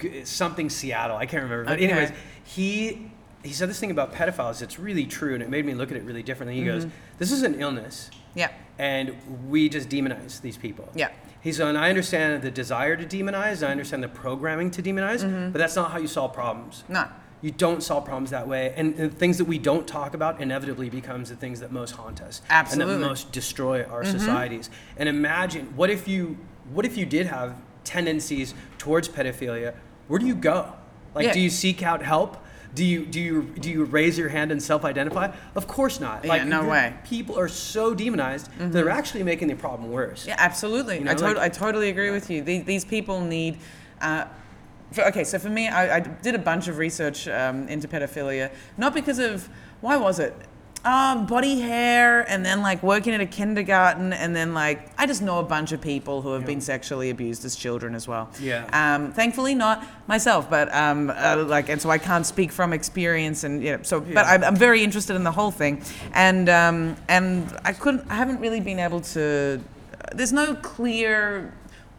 S2: it's something Seattle. I can't remember. But
S1: Okay.
S2: anyways, he he said this thing about pedophiles. It's really true, and it made me look at it really differently. He goes,
S1: Mm-hmm.
S2: "This is an illness,
S1: yeah,
S2: and we just demonize these people."
S1: Yeah.
S2: He's and I understand the desire to demonize. and I understand the programming to demonize, but that's not how you solve problems.
S1: Mm-hmm. no.
S2: You don't solve problems that way, and the things that we don't talk about inevitably becomes the things that most haunt us
S1: Absolutely. Mm-hmm.
S2: and that most destroy our societies. And imagine what if you what if you did have tendencies towards pedophilia? Where do you go? Like,
S1: Yeah.
S2: do you seek out help? Do you do you do you raise your hand and self-identify? Of course not.
S1: Yeah,
S2: like,
S1: no
S2: the
S1: way. Mm-hmm.
S2: People are so demonized; they're actually making the problem worse.
S1: Yeah, absolutely.
S2: You know,
S1: I, tot-
S2: like-
S1: I totally agree with you. These, these people need. Uh, for, okay, so for me, I, I did a bunch of research um, into pedophilia, not because of why was it. Um, body hair, and then like working at a kindergarten, and then like I just know a bunch of people who have been sexually abused as children as well.
S2: Yeah.
S1: Um, thankfully, not myself, but um, uh, like, and so I can't speak from experience, and you know, so, but I'm, I'm very interested in the whole thing, and um, and I couldn't, I haven't really been able to. There's no clear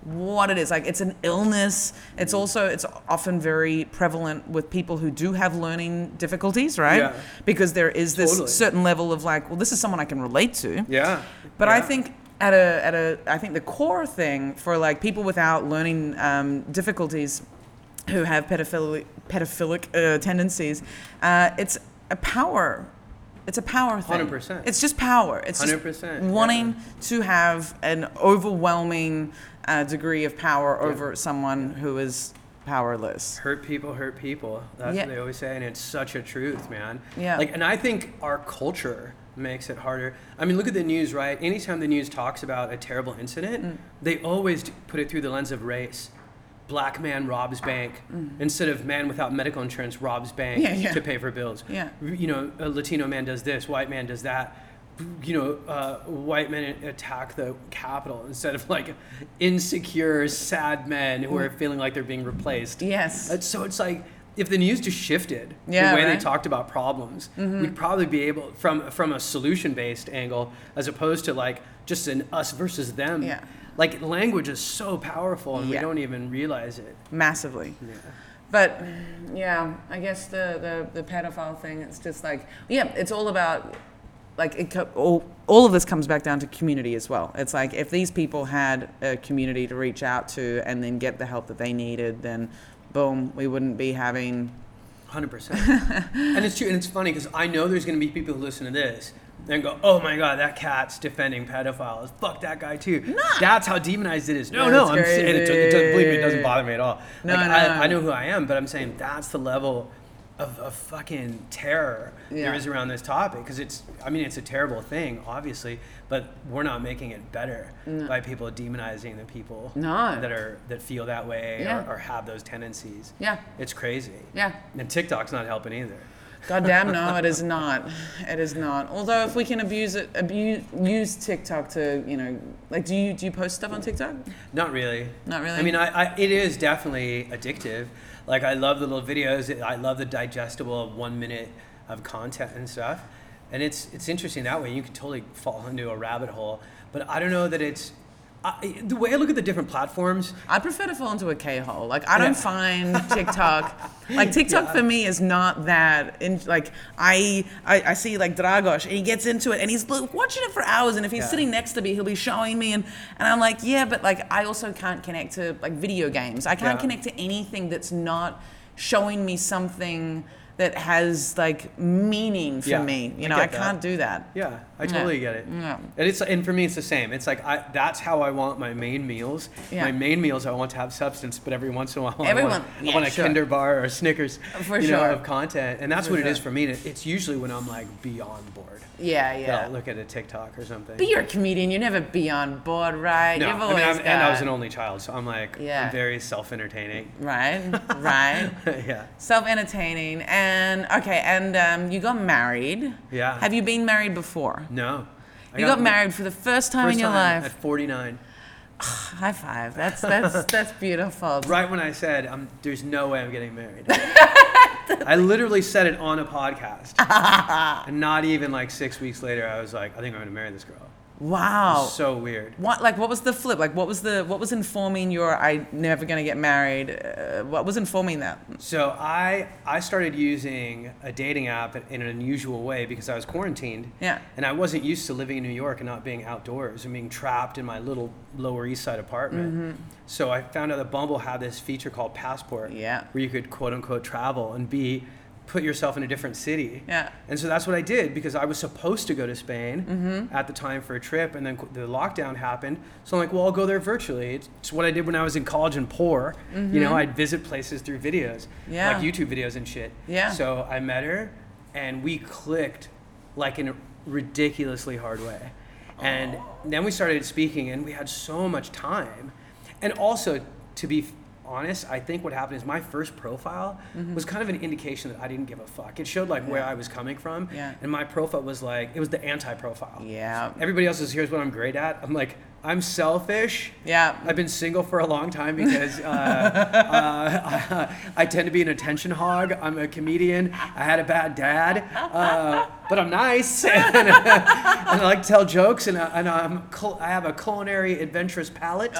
S1: what it is like it's an illness
S2: Mm.
S1: it's also it's often very prevalent with people who do have learning difficulties right
S2: Yeah.
S1: because there is this
S2: Totally.
S1: certain level of like well this is someone i can relate to
S2: Yeah.
S1: but I
S2: Yeah.
S1: think at a at a I think the core thing for like people without learning um, difficulties who have pedophilic, pedophilic uh, tendencies. Uh, it's a power. It's a power thing.
S2: 100%.
S1: It's just power. It's just
S2: 100%,
S1: wanting to have an overwhelming uh, degree of power over someone who is powerless.
S2: Hurt people hurt people. That's
S1: Yeah.
S2: what they always say, and it's such a truth, man.
S1: Yeah.
S2: Like, and I think our culture makes it harder. I mean, look at the news, right? Anytime the news talks about a terrible incident,
S1: Mm.
S2: they always d- put it through the lens of race. Black man robs bank instead of man without medical insurance robs bank
S1: Mm. Yeah, yeah.
S2: to pay for bills.
S1: Yeah.
S2: You know, a Latino man does this, white man does that. You know, uh, white men attack the Capitol instead of like insecure, sad men who are
S1: Mm.
S2: feeling like they're being replaced.
S1: Yes.
S2: It's- so it's like if the news just shifted
S1: Yeah,
S2: the way
S1: right. Mm-hmm.
S2: they talked about problems, we'd probably be able from from a solution based angle as opposed to like just an us versus them.
S1: Yeah.
S2: Like language is so powerful and
S1: Yeah.
S2: we don't even realize it.
S1: massively. But yeah, I guess the, the, the pedophile thing, it's just like, yeah, it's all about, like, it co- all, all of this comes back down to community as well. It's like if these people had a community to reach out to and then get the help that they needed, then boom, we wouldn't be having.
S2: Hundred percent. And it's true, and it's funny because I know there's going to be people who listen to this and go, "Oh my God, that cat's defending pedophiles. Fuck that guy too." That's how demonized it is.
S1: That's
S2: No, no, I'm saying it, do- it doesn't. Believe me, it doesn't
S1: crazy.
S2: bother me at all.
S1: No,
S2: like,
S1: no,
S2: I,
S1: no.
S2: I know who I am, but I'm saying that's the level of, of fucking terror
S1: Yeah.
S2: there is around this topic because it's. I mean, it's a terrible thing, obviously, but we're not making it better by people demonizing the people
S1: No.
S2: that are that feel that way
S1: Yeah.
S2: or, or have those tendencies.
S1: Yeah,
S2: It's crazy.
S1: yeah.
S2: And TikTok's not helping either.
S1: Goddamn, no, it is not. It is not. Although if we can abuse it, abuse use TikTok to, you know, like, do you do you post stuff on TikTok?
S2: Not really.
S1: Not really?
S2: I mean, I, I it is definitely addictive. Like I love the little videos. It- I love the digestible one minute of content and stuff. And it's it's interesting that way. You can totally fall into a rabbit hole. But I don't know that it's I, the way I look at the different platforms.
S1: I prefer to fall into a K hole. Like I don't
S2: Yeah.
S1: find TikTok. like TikTok for me is not that. In like I, I I see like Dragosh and he gets into it and he's like, watching it for hours and if he's
S2: Yeah.
S1: sitting next to me he'll be showing me and and I'm like yeah but like I also can't connect to like video games. I can't
S2: Yeah.
S1: connect to anything that's not showing me something that has like meaning for
S2: Yeah,
S1: me. You
S2: I
S1: know I,
S2: get that.
S1: can't do that.
S2: Yeah, I
S1: Yeah.
S2: totally get it.
S1: Yeah.
S2: And it's and for me it's the same. It's like I that's how I want my main meals.
S1: Yeah.
S2: My main meals I want to have substance, but every once in a while I
S1: Everyone-
S2: want,
S1: yeah,
S2: I want a
S1: sure.
S2: Kinder bar or Snickers
S1: For
S2: you know,
S1: sure.
S2: of content. And that's
S1: For
S2: what it is
S1: sure.
S2: for me. And it- It's usually when I'm like beyond bored.
S1: Yeah,
S2: Yeah.
S1: yeah.
S2: I'll look at a TikTok or something.
S1: but you're a comedian. You're never beyond bored, right?
S2: no,
S1: You've
S2: I mean,
S1: always
S2: I'm, and I was
S1: got-
S2: an only child, so I'm like
S1: Yeah.
S2: I'm very self-entertaining.
S1: Right, right.
S2: yeah.
S1: Self entertaining. And okay, and um, you got married.
S2: Yeah.
S1: Have you been married before?
S2: No. I
S1: you got, married for the first time
S2: first
S1: in your
S2: time
S1: life.
S2: at 49.
S1: High five. That's that's that's beautiful.
S2: Right when I said, um, "There's no way I'm getting married," I literally said it on a podcast. and not even like six weeks later, I was like, "I think I'm gonna marry this girl."
S1: Wow.
S2: So weird.
S1: what like what was the flip? Like what was the what was informing your I never gonna get married? Uh, what was informing that?
S2: So I I started using a dating app in an unusual way because I was quarantined.
S1: Yeah.
S2: And I wasn't used to living in New York and not being outdoors and being trapped in my little Lower East Side apartment. So I found out that Bumble had this feature called Passport,
S1: Yeah.
S2: where you could quote unquote travel and be put yourself in a different city.
S1: Yeah.
S2: And so that's what I did because I was supposed to go to Spain
S1: Mm-hmm.
S2: at the time for a trip, and then qu- the lockdown happened. So I'm like, well, I'll go there virtually. It's, it's what I did when I was in college and poor. You know, I'd visit places through videos,
S1: Mm-hmm. Yeah.
S2: like YouTube videos and shit.
S1: Yeah.
S2: So I met her, and we clicked like in a ridiculously hard way. And then we started speaking, and we had so much time. And also, to be f- honest, I think what happened is my first profile
S1: Mm-hmm.
S2: was kind of an indication that I didn't give a fuck. It showed like where I was coming from,
S1: Yeah.
S2: and my profile was like it was the anti-profile.
S1: Yeah.
S2: Everybody else is here's what I'm great at. I'm like I'm selfish.
S1: Yeah.
S2: I've been single for a long time because uh, uh, I tend to be an attention hog. I'm a comedian. I had a bad dad, uh, but I'm nice and, I like to tell jokes and, I, and I'm cul- I have a culinary adventurous palate.
S1: Oh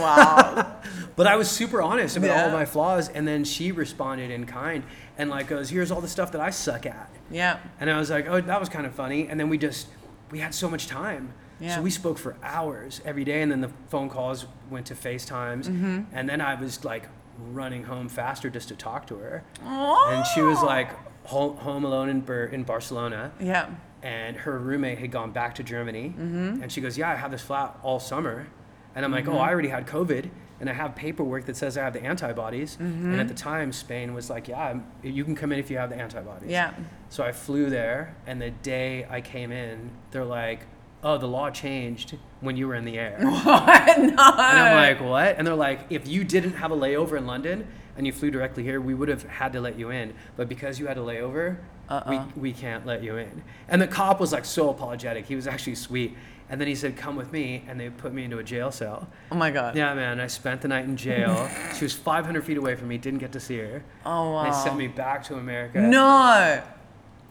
S1: wow.
S2: But I was super honest about all
S1: Yeah.
S2: my flaws, and then she responded in kind and like goes, "Here's all the stuff that I suck at."
S1: yeah.
S2: And I was like, oh, that was kind of funny. And then we just, we had so much time.
S1: Yeah.
S2: So we spoke
S1: Mm-hmm.
S2: for hours every day. And then the phone calls went to FaceTimes. And then I was like running home faster just to talk to her.
S1: Oh.
S2: And she was like home, home alone in, Ber- in Barcelona.
S1: Yeah.
S2: And her roommate had gone back to Germany.
S1: Mm-hmm.
S2: And she goes, Yeah, I have this flat all summer. And I'm like, Oh, I already had COVID. And I have paperwork that says I have the antibodies.
S1: Mm-hmm.
S2: And at the time, Spain was like, Yeah, I'm- you can come in if you have the antibodies.
S1: Yeah.
S2: So I flew there, and the day I came in, they're like, "Oh, the law changed when you were in the air." and
S1: What? No.
S2: I'm like, "What?" And they're like, "If you didn't have a layover in London and you flew directly here, we would have had to let you in. But because you had a layover,
S1: Uh-uh.
S2: we we can't let you in." And the cop was like so apologetic. He was actually sweet. And then he said, "Come with me," and they put me into a jail cell.
S1: oh my god.
S2: Yeah, man, I spent the night in jail. she was 500 feet away from me. Didn't get to see her.
S1: Oh wow.
S2: They sent me back to America.
S1: No.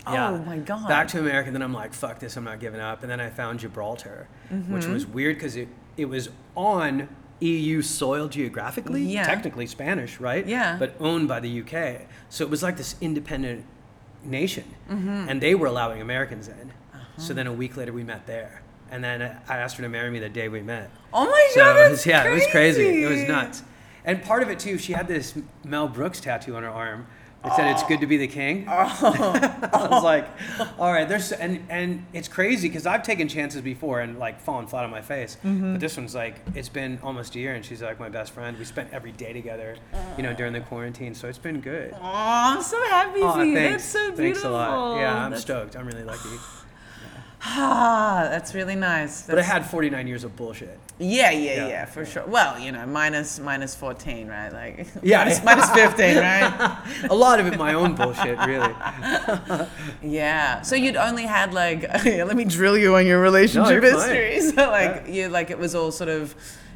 S2: Yeah.
S1: Oh my god.
S2: Back to America, then I'm like, fuck this, I'm not giving up. And then I found Gibraltar,
S1: Mm-hmm.
S2: which was weird because it, it was on EU soil geographically,
S1: Yeah.
S2: technically Spanish, right?
S1: Yeah.
S2: But owned by the UK. So it was like this independent nation,
S1: Mm-hmm.
S2: and they were allowing Americans in.
S1: Uh-huh.
S2: So then a week later, we met there. And then I asked her to marry me the day we met.
S1: oh my
S2: So
S1: god.
S2: it
S1: That's
S2: was, yeah, it was crazy. It was nuts. And part of it too, she had this Mel Brooks tattoo on her arm that said, "It's good to be the king."
S1: Oh.
S2: I was like, "All right, there's and and it's crazy because I've taken chances before and like fallen flat on my face,
S1: Mm-hmm.
S2: but this one's like it's been almost a year, and she's like my best friend. We spent every day together, you know, during the quarantine, so it's been good.
S1: Oh, I'm so happy for
S2: Aw,
S1: you. That's
S2: thanks,
S1: so beautiful.
S2: thanks a lot. Yeah, I'm
S1: That's-
S2: stoked. I'm really lucky.
S1: Ah, that's really nice.
S2: But I
S1: That's-
S2: had 49 years of bullshit.
S1: Yeah, yeah,
S2: Yeah.
S1: yeah, for sure. Well, you know, minus minus fourteen, right? Like
S2: Yeah.
S1: minus, minus fifteen, right?
S2: A lot of it my own bullshit, really.
S1: Yeah. So you'd only had like let me drill you on your relationship
S2: you're fine.
S1: history. So like you like it was all sort of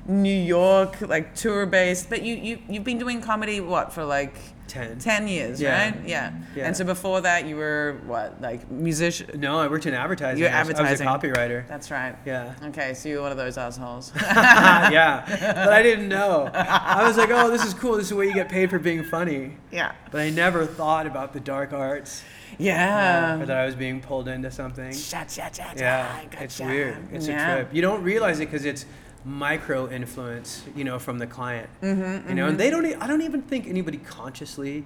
S1: New York, like tour based. But you you you've been doing comedy what for like
S2: 10.
S1: ten years,
S2: Yeah.
S1: right? Yeah.
S2: Yeah.
S1: And so before that you were what, like musician
S2: No, I worked in advertising.
S1: You're
S2: I was-
S1: advertising.
S2: I was a copywriter.
S1: that's right.
S2: Yeah. Uh,
S1: Okay, so you're one of those assholes.
S2: yeah. But I didn't know. I was like, oh, this is cool. This is the way you get paid for being funny.
S1: yeah.
S2: But I never thought about the dark arts uh,
S1: Yeah.
S2: or that I was being pulled into something.
S1: Cha, cha, cha,
S2: Yeah.
S1: cha,
S2: It's "Ah,
S1: cha.
S2: weird. It's
S1: Yeah.
S2: a trip. You don't realize it because it's micro influence, you know, from the client. Mm-hmm, you know, and they don't, e- I don't even think anybody consciously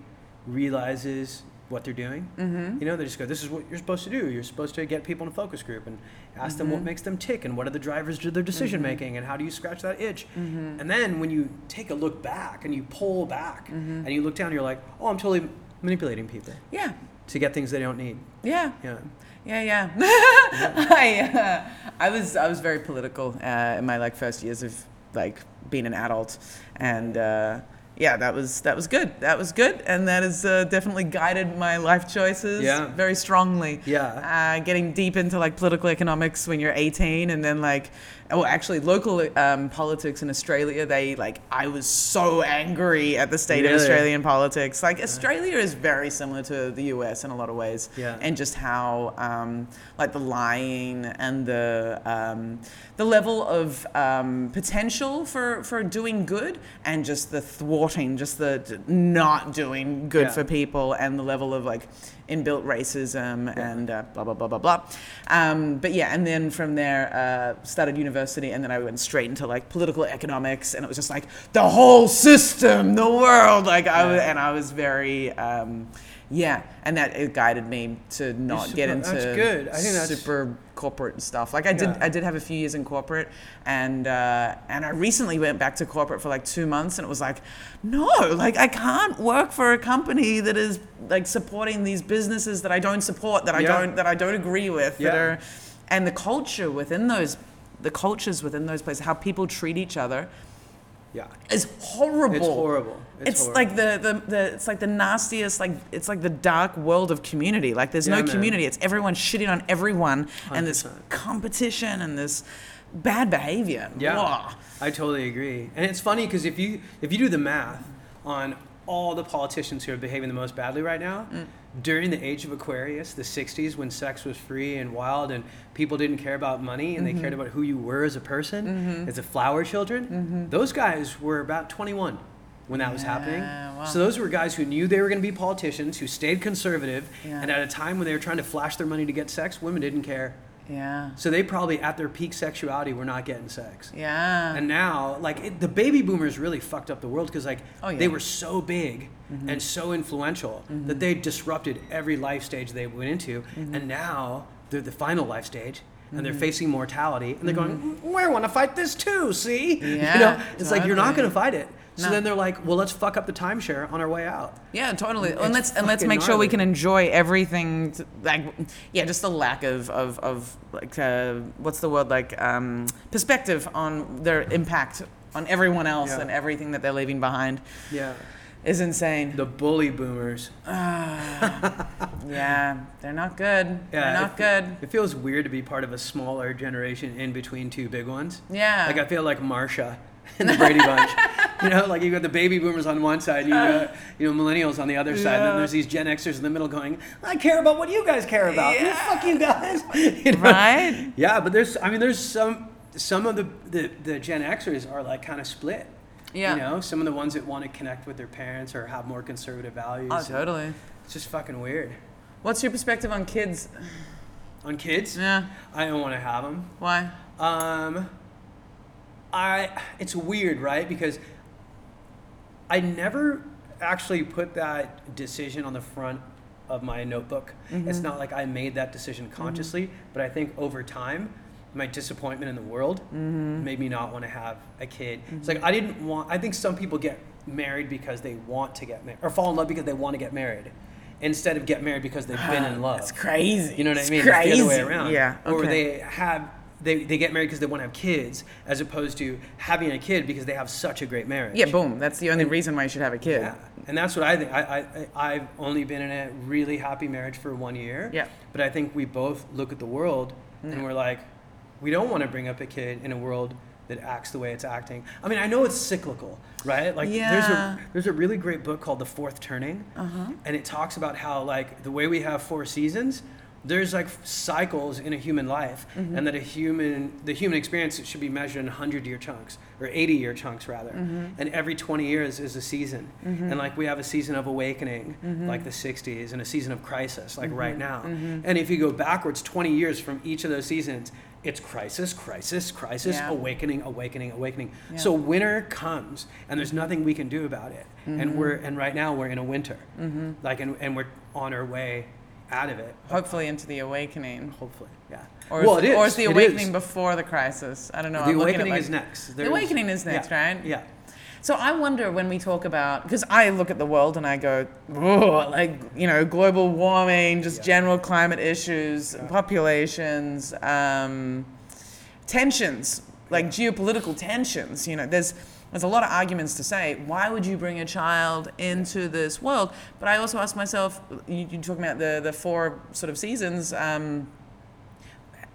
S2: realizes what they're doing. Mm-hmm. You know, they just go, this is what you're supposed to do. You're supposed to get people in a focus group and ask them what makes them tick and what are the drivers to their decision making and how do you scratch that itch. And then when you take a look back and you pull back and you look down, you're like, oh, I'm totally manipulating people
S1: Yeah.
S2: to get things they don't need.
S1: Yeah.
S2: Yeah.
S1: Yeah, yeah. I, uh, I was I was very political uh, in my like first years of like being an adult, and uh, yeah, that was that was good. That was good, and that has uh, definitely guided my life choices
S2: Yeah.
S1: very strongly.
S2: Yeah.
S1: Uh, getting deep into like political economics when you're 18, and then like, oh, actually, local um, politics in Australia, they like, I was so angry at the state of
S2: Really?
S1: Australian politics. Like, Australia is very similar to the US in a lot of ways
S2: Yeah.
S1: and just how um, like the lying and the um, the level of um, potential for for doing good and just the thwarting just the d- not doing good
S2: Yeah.
S1: for people and the level of like inbuilt racism and uh, blah blah blah blah blah um, but yeah and then from there uh, started university and then i went straight into like political economics and it was just like the whole system the world like i was
S2: Yeah.
S1: and I was very, um, yeah, and that it guided me to not get
S2: super-
S1: into
S2: that's good. I think that's-
S1: super corporate stuff. Like I did,
S2: Yeah.
S1: I did have a few years in corporate, and uh, and I recently went back to corporate for like two months, and it was like, no, like I can't work for a company that is like supporting these businesses that I don't support, that I
S2: Yeah.
S1: don't that I don't agree with, that
S2: Yeah.
S1: are, and the culture within those, the cultures within those places, how people treat each other.
S2: Yeah.
S1: Is horrible.
S2: It's horrible. It's,
S1: It's,
S2: horrible.
S1: like the, the, the it's like the nastiest like it's like the dark world of community. Like there's
S2: Yeah,
S1: no
S2: man.
S1: community. It's everyone shitting on everyone and this
S2: 100%.
S1: competition and this bad behavior.
S2: Yeah,
S1: Blah.
S2: I totally agree. And it's funny because if you if you do the math on all the politicians who are behaving the most badly right now,
S1: Mm.
S2: during the age of Aquarius, the '60s, when sex was free and wild, and people didn't care about money and they cared
S1: Mm-hmm.
S2: about who you were as a person, as a flower children, those guys were about 21 when that was happening.
S1: Mm-hmm. Yeah, wow.
S2: So those were guys who knew they were going to be politicians, who stayed conservative,
S1: Yeah.
S2: and at a time when they were trying to flash their money to get sex, women didn't care.
S1: Yeah.
S2: So they probably at their peak sexuality were not getting sex.
S1: Yeah.
S2: And now, like it, the baby boomers really fucked up the world because like
S1: Oh, yeah. Mm-hmm.
S2: they were so big and so influential that they disrupted every life stage they went into,
S1: Mm-hmm.
S2: and now they're the final life stage. And they're facing mortality, and they're going, "We want to fight this too." See,
S1: Mm-hmm. Yeah,
S2: you know, it's like you're not
S1: totally.
S2: going to fight it. So
S1: No.
S2: then they're like, "Well, let's fuck up the timeshare on our way out."
S1: yeah, totally. And let's and let's
S2: fucking
S1: make sure we
S2: gnarly.
S1: can enjoy everything. t like, yeah, just the lack of of, of like uh, what's the word like um, perspective on their impact on everyone else
S2: Yeah.
S1: and everything that they're leaving behind
S2: Yeah,
S1: is insane.
S2: the bully boomers.
S1: yeah, they're not good. they're not
S2: it,
S1: good.
S2: It feels weird to be part of a smaller generation in between two big ones.
S1: Yeah.
S2: Like I feel like Marsha in the Brady Bunch. You know, like you got the baby boomers on one side, you got you know millennials on the other side, and
S1: Yeah.
S2: then there's these Gen Xers in the middle going, "I care about what you guys care about.
S1: Yeah.
S2: Fuck you guys." You know?
S1: Right?
S2: Yeah, but there's I mean there's some some of the the, the Gen Xers are like kind of split.
S1: Yeah.
S2: You know, some of the ones that want to connect with their parents or have more conservative values.
S1: Oh, totally.
S2: It's just fucking weird.
S1: What's your perspective on kids?
S2: On kids,
S1: Yeah.
S2: I don't want to have them.
S1: Why?
S2: Um, I it's weird, right? Because I never actually put that decision on the front of my notebook. It's not like I made that decision consciously, but I think over time, my disappointment in the world made me not want to have a kid. It's like I didn't want. I think some people get married because they want to get married, or fall in love because they want to get married, instead of get married because they've been in love.
S1: It's crazy.
S2: You know what
S1: It's
S2: I mean?
S1: Crazy.
S2: It's the other way around.
S1: Yeah.
S2: Or
S1: okay.
S2: they have they, they get married because they want to have kids, as opposed to having a kid because they have such a great marriage.
S1: Yeah, boom. That's the only reason why you should have a kid.
S2: Yeah. And that's what I think. I, I I- I've only been in a really happy marriage for one year.
S1: Yeah.
S2: But I think we both look at the world and we're like, we don't want to bring up a kid in a world that acts the way it's acting. I mean, I know it's cyclical, right? Like there's
S1: Yeah.
S2: a there's a really great book called The Fourth Turning, and it talks about how like the way we have four seasons, there's like cycles in a human life, and that a human the human experience should be measured in hundred year chunks or eighty year chunks rather, and every twenty years is a season, and like we have a season of awakening, like the '60s, and a season of crisis, like right now, and if you go backwards twenty years from each of those seasons. It's crisis, crisis, crisis,
S1: Yeah.
S2: awakening awakening, awakening, awakening.
S1: Yeah.
S2: So winter comes, and there's nothing we can do about it.
S1: Mm-hmm.
S2: And we're and right now we're in a winter, like and, and we're on our way out of it.
S1: Hopefully into the awakening.
S2: Hopefully, yeah.
S1: Or,
S2: well,
S1: is,
S2: it is.
S1: or is the
S2: It
S1: awakening
S2: is.
S1: before the crisis? I don't know.
S2: the
S1: I'm looking at
S2: awakening
S1: my-
S2: is next.
S1: The awakening is next,
S2: yeah,
S1: right?
S2: Yeah.
S1: So I wonder when we talk about because I look at the world and I go, oh, like you know, global warming, just
S2: Yeah.
S1: general climate issues, populations, um, tensions, like geopolitical tensions. You know, there's there's a lot of arguments to say. Why would you bring a child into this world? But I also ask myself, you, you're talking about the the four sort of seasons. Um,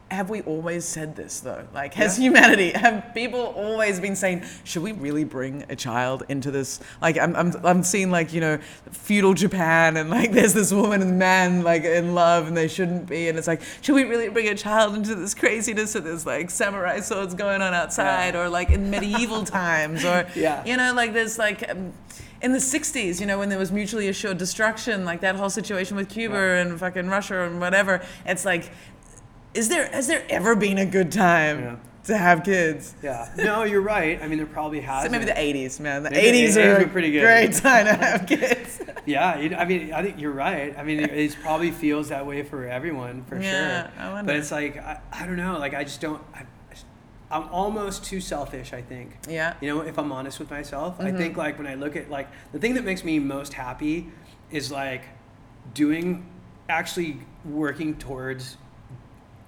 S1: have we always said this though? Like, has humanity, have people always been saying, should we really bring a child into this? Like, I'm, I'm, I'm seeing like, you know, feudal Japan and like there's this woman and man like in love and they shouldn't be. And it's like, should we really bring a child into this craziness of this like samurai swords going on outside or like in medieval times or,
S2: Yeah.
S1: you know, like there's like, um, in the 60s, you know, when there was mutually assured destruction, like that whole situation with Cuba and fucking Russia and whatever, it's like, is there has there ever been a good time
S2: Yeah.
S1: to have kids?
S2: Yeah. No, you're right. I mean, there probably has.
S1: So maybe the 80s, man. The
S2: Maybe the
S1: 80s,
S2: 80s
S1: are a
S2: were pretty good.
S1: great time to have kids.
S2: Yeah, you, I mean, I think you're right. I mean, it it's probably feels that way for everyone, for
S1: Yeah,
S2: sure.
S1: I wonder.
S2: but it's like I, I don't know. Like I just don't. I, I'm almost too selfish. I think.
S1: Yeah.
S2: You know, if I'm honest with myself, I
S1: Mm-hmm.
S2: think like when I look at like the thing that makes me most happy is like doing, actually working towards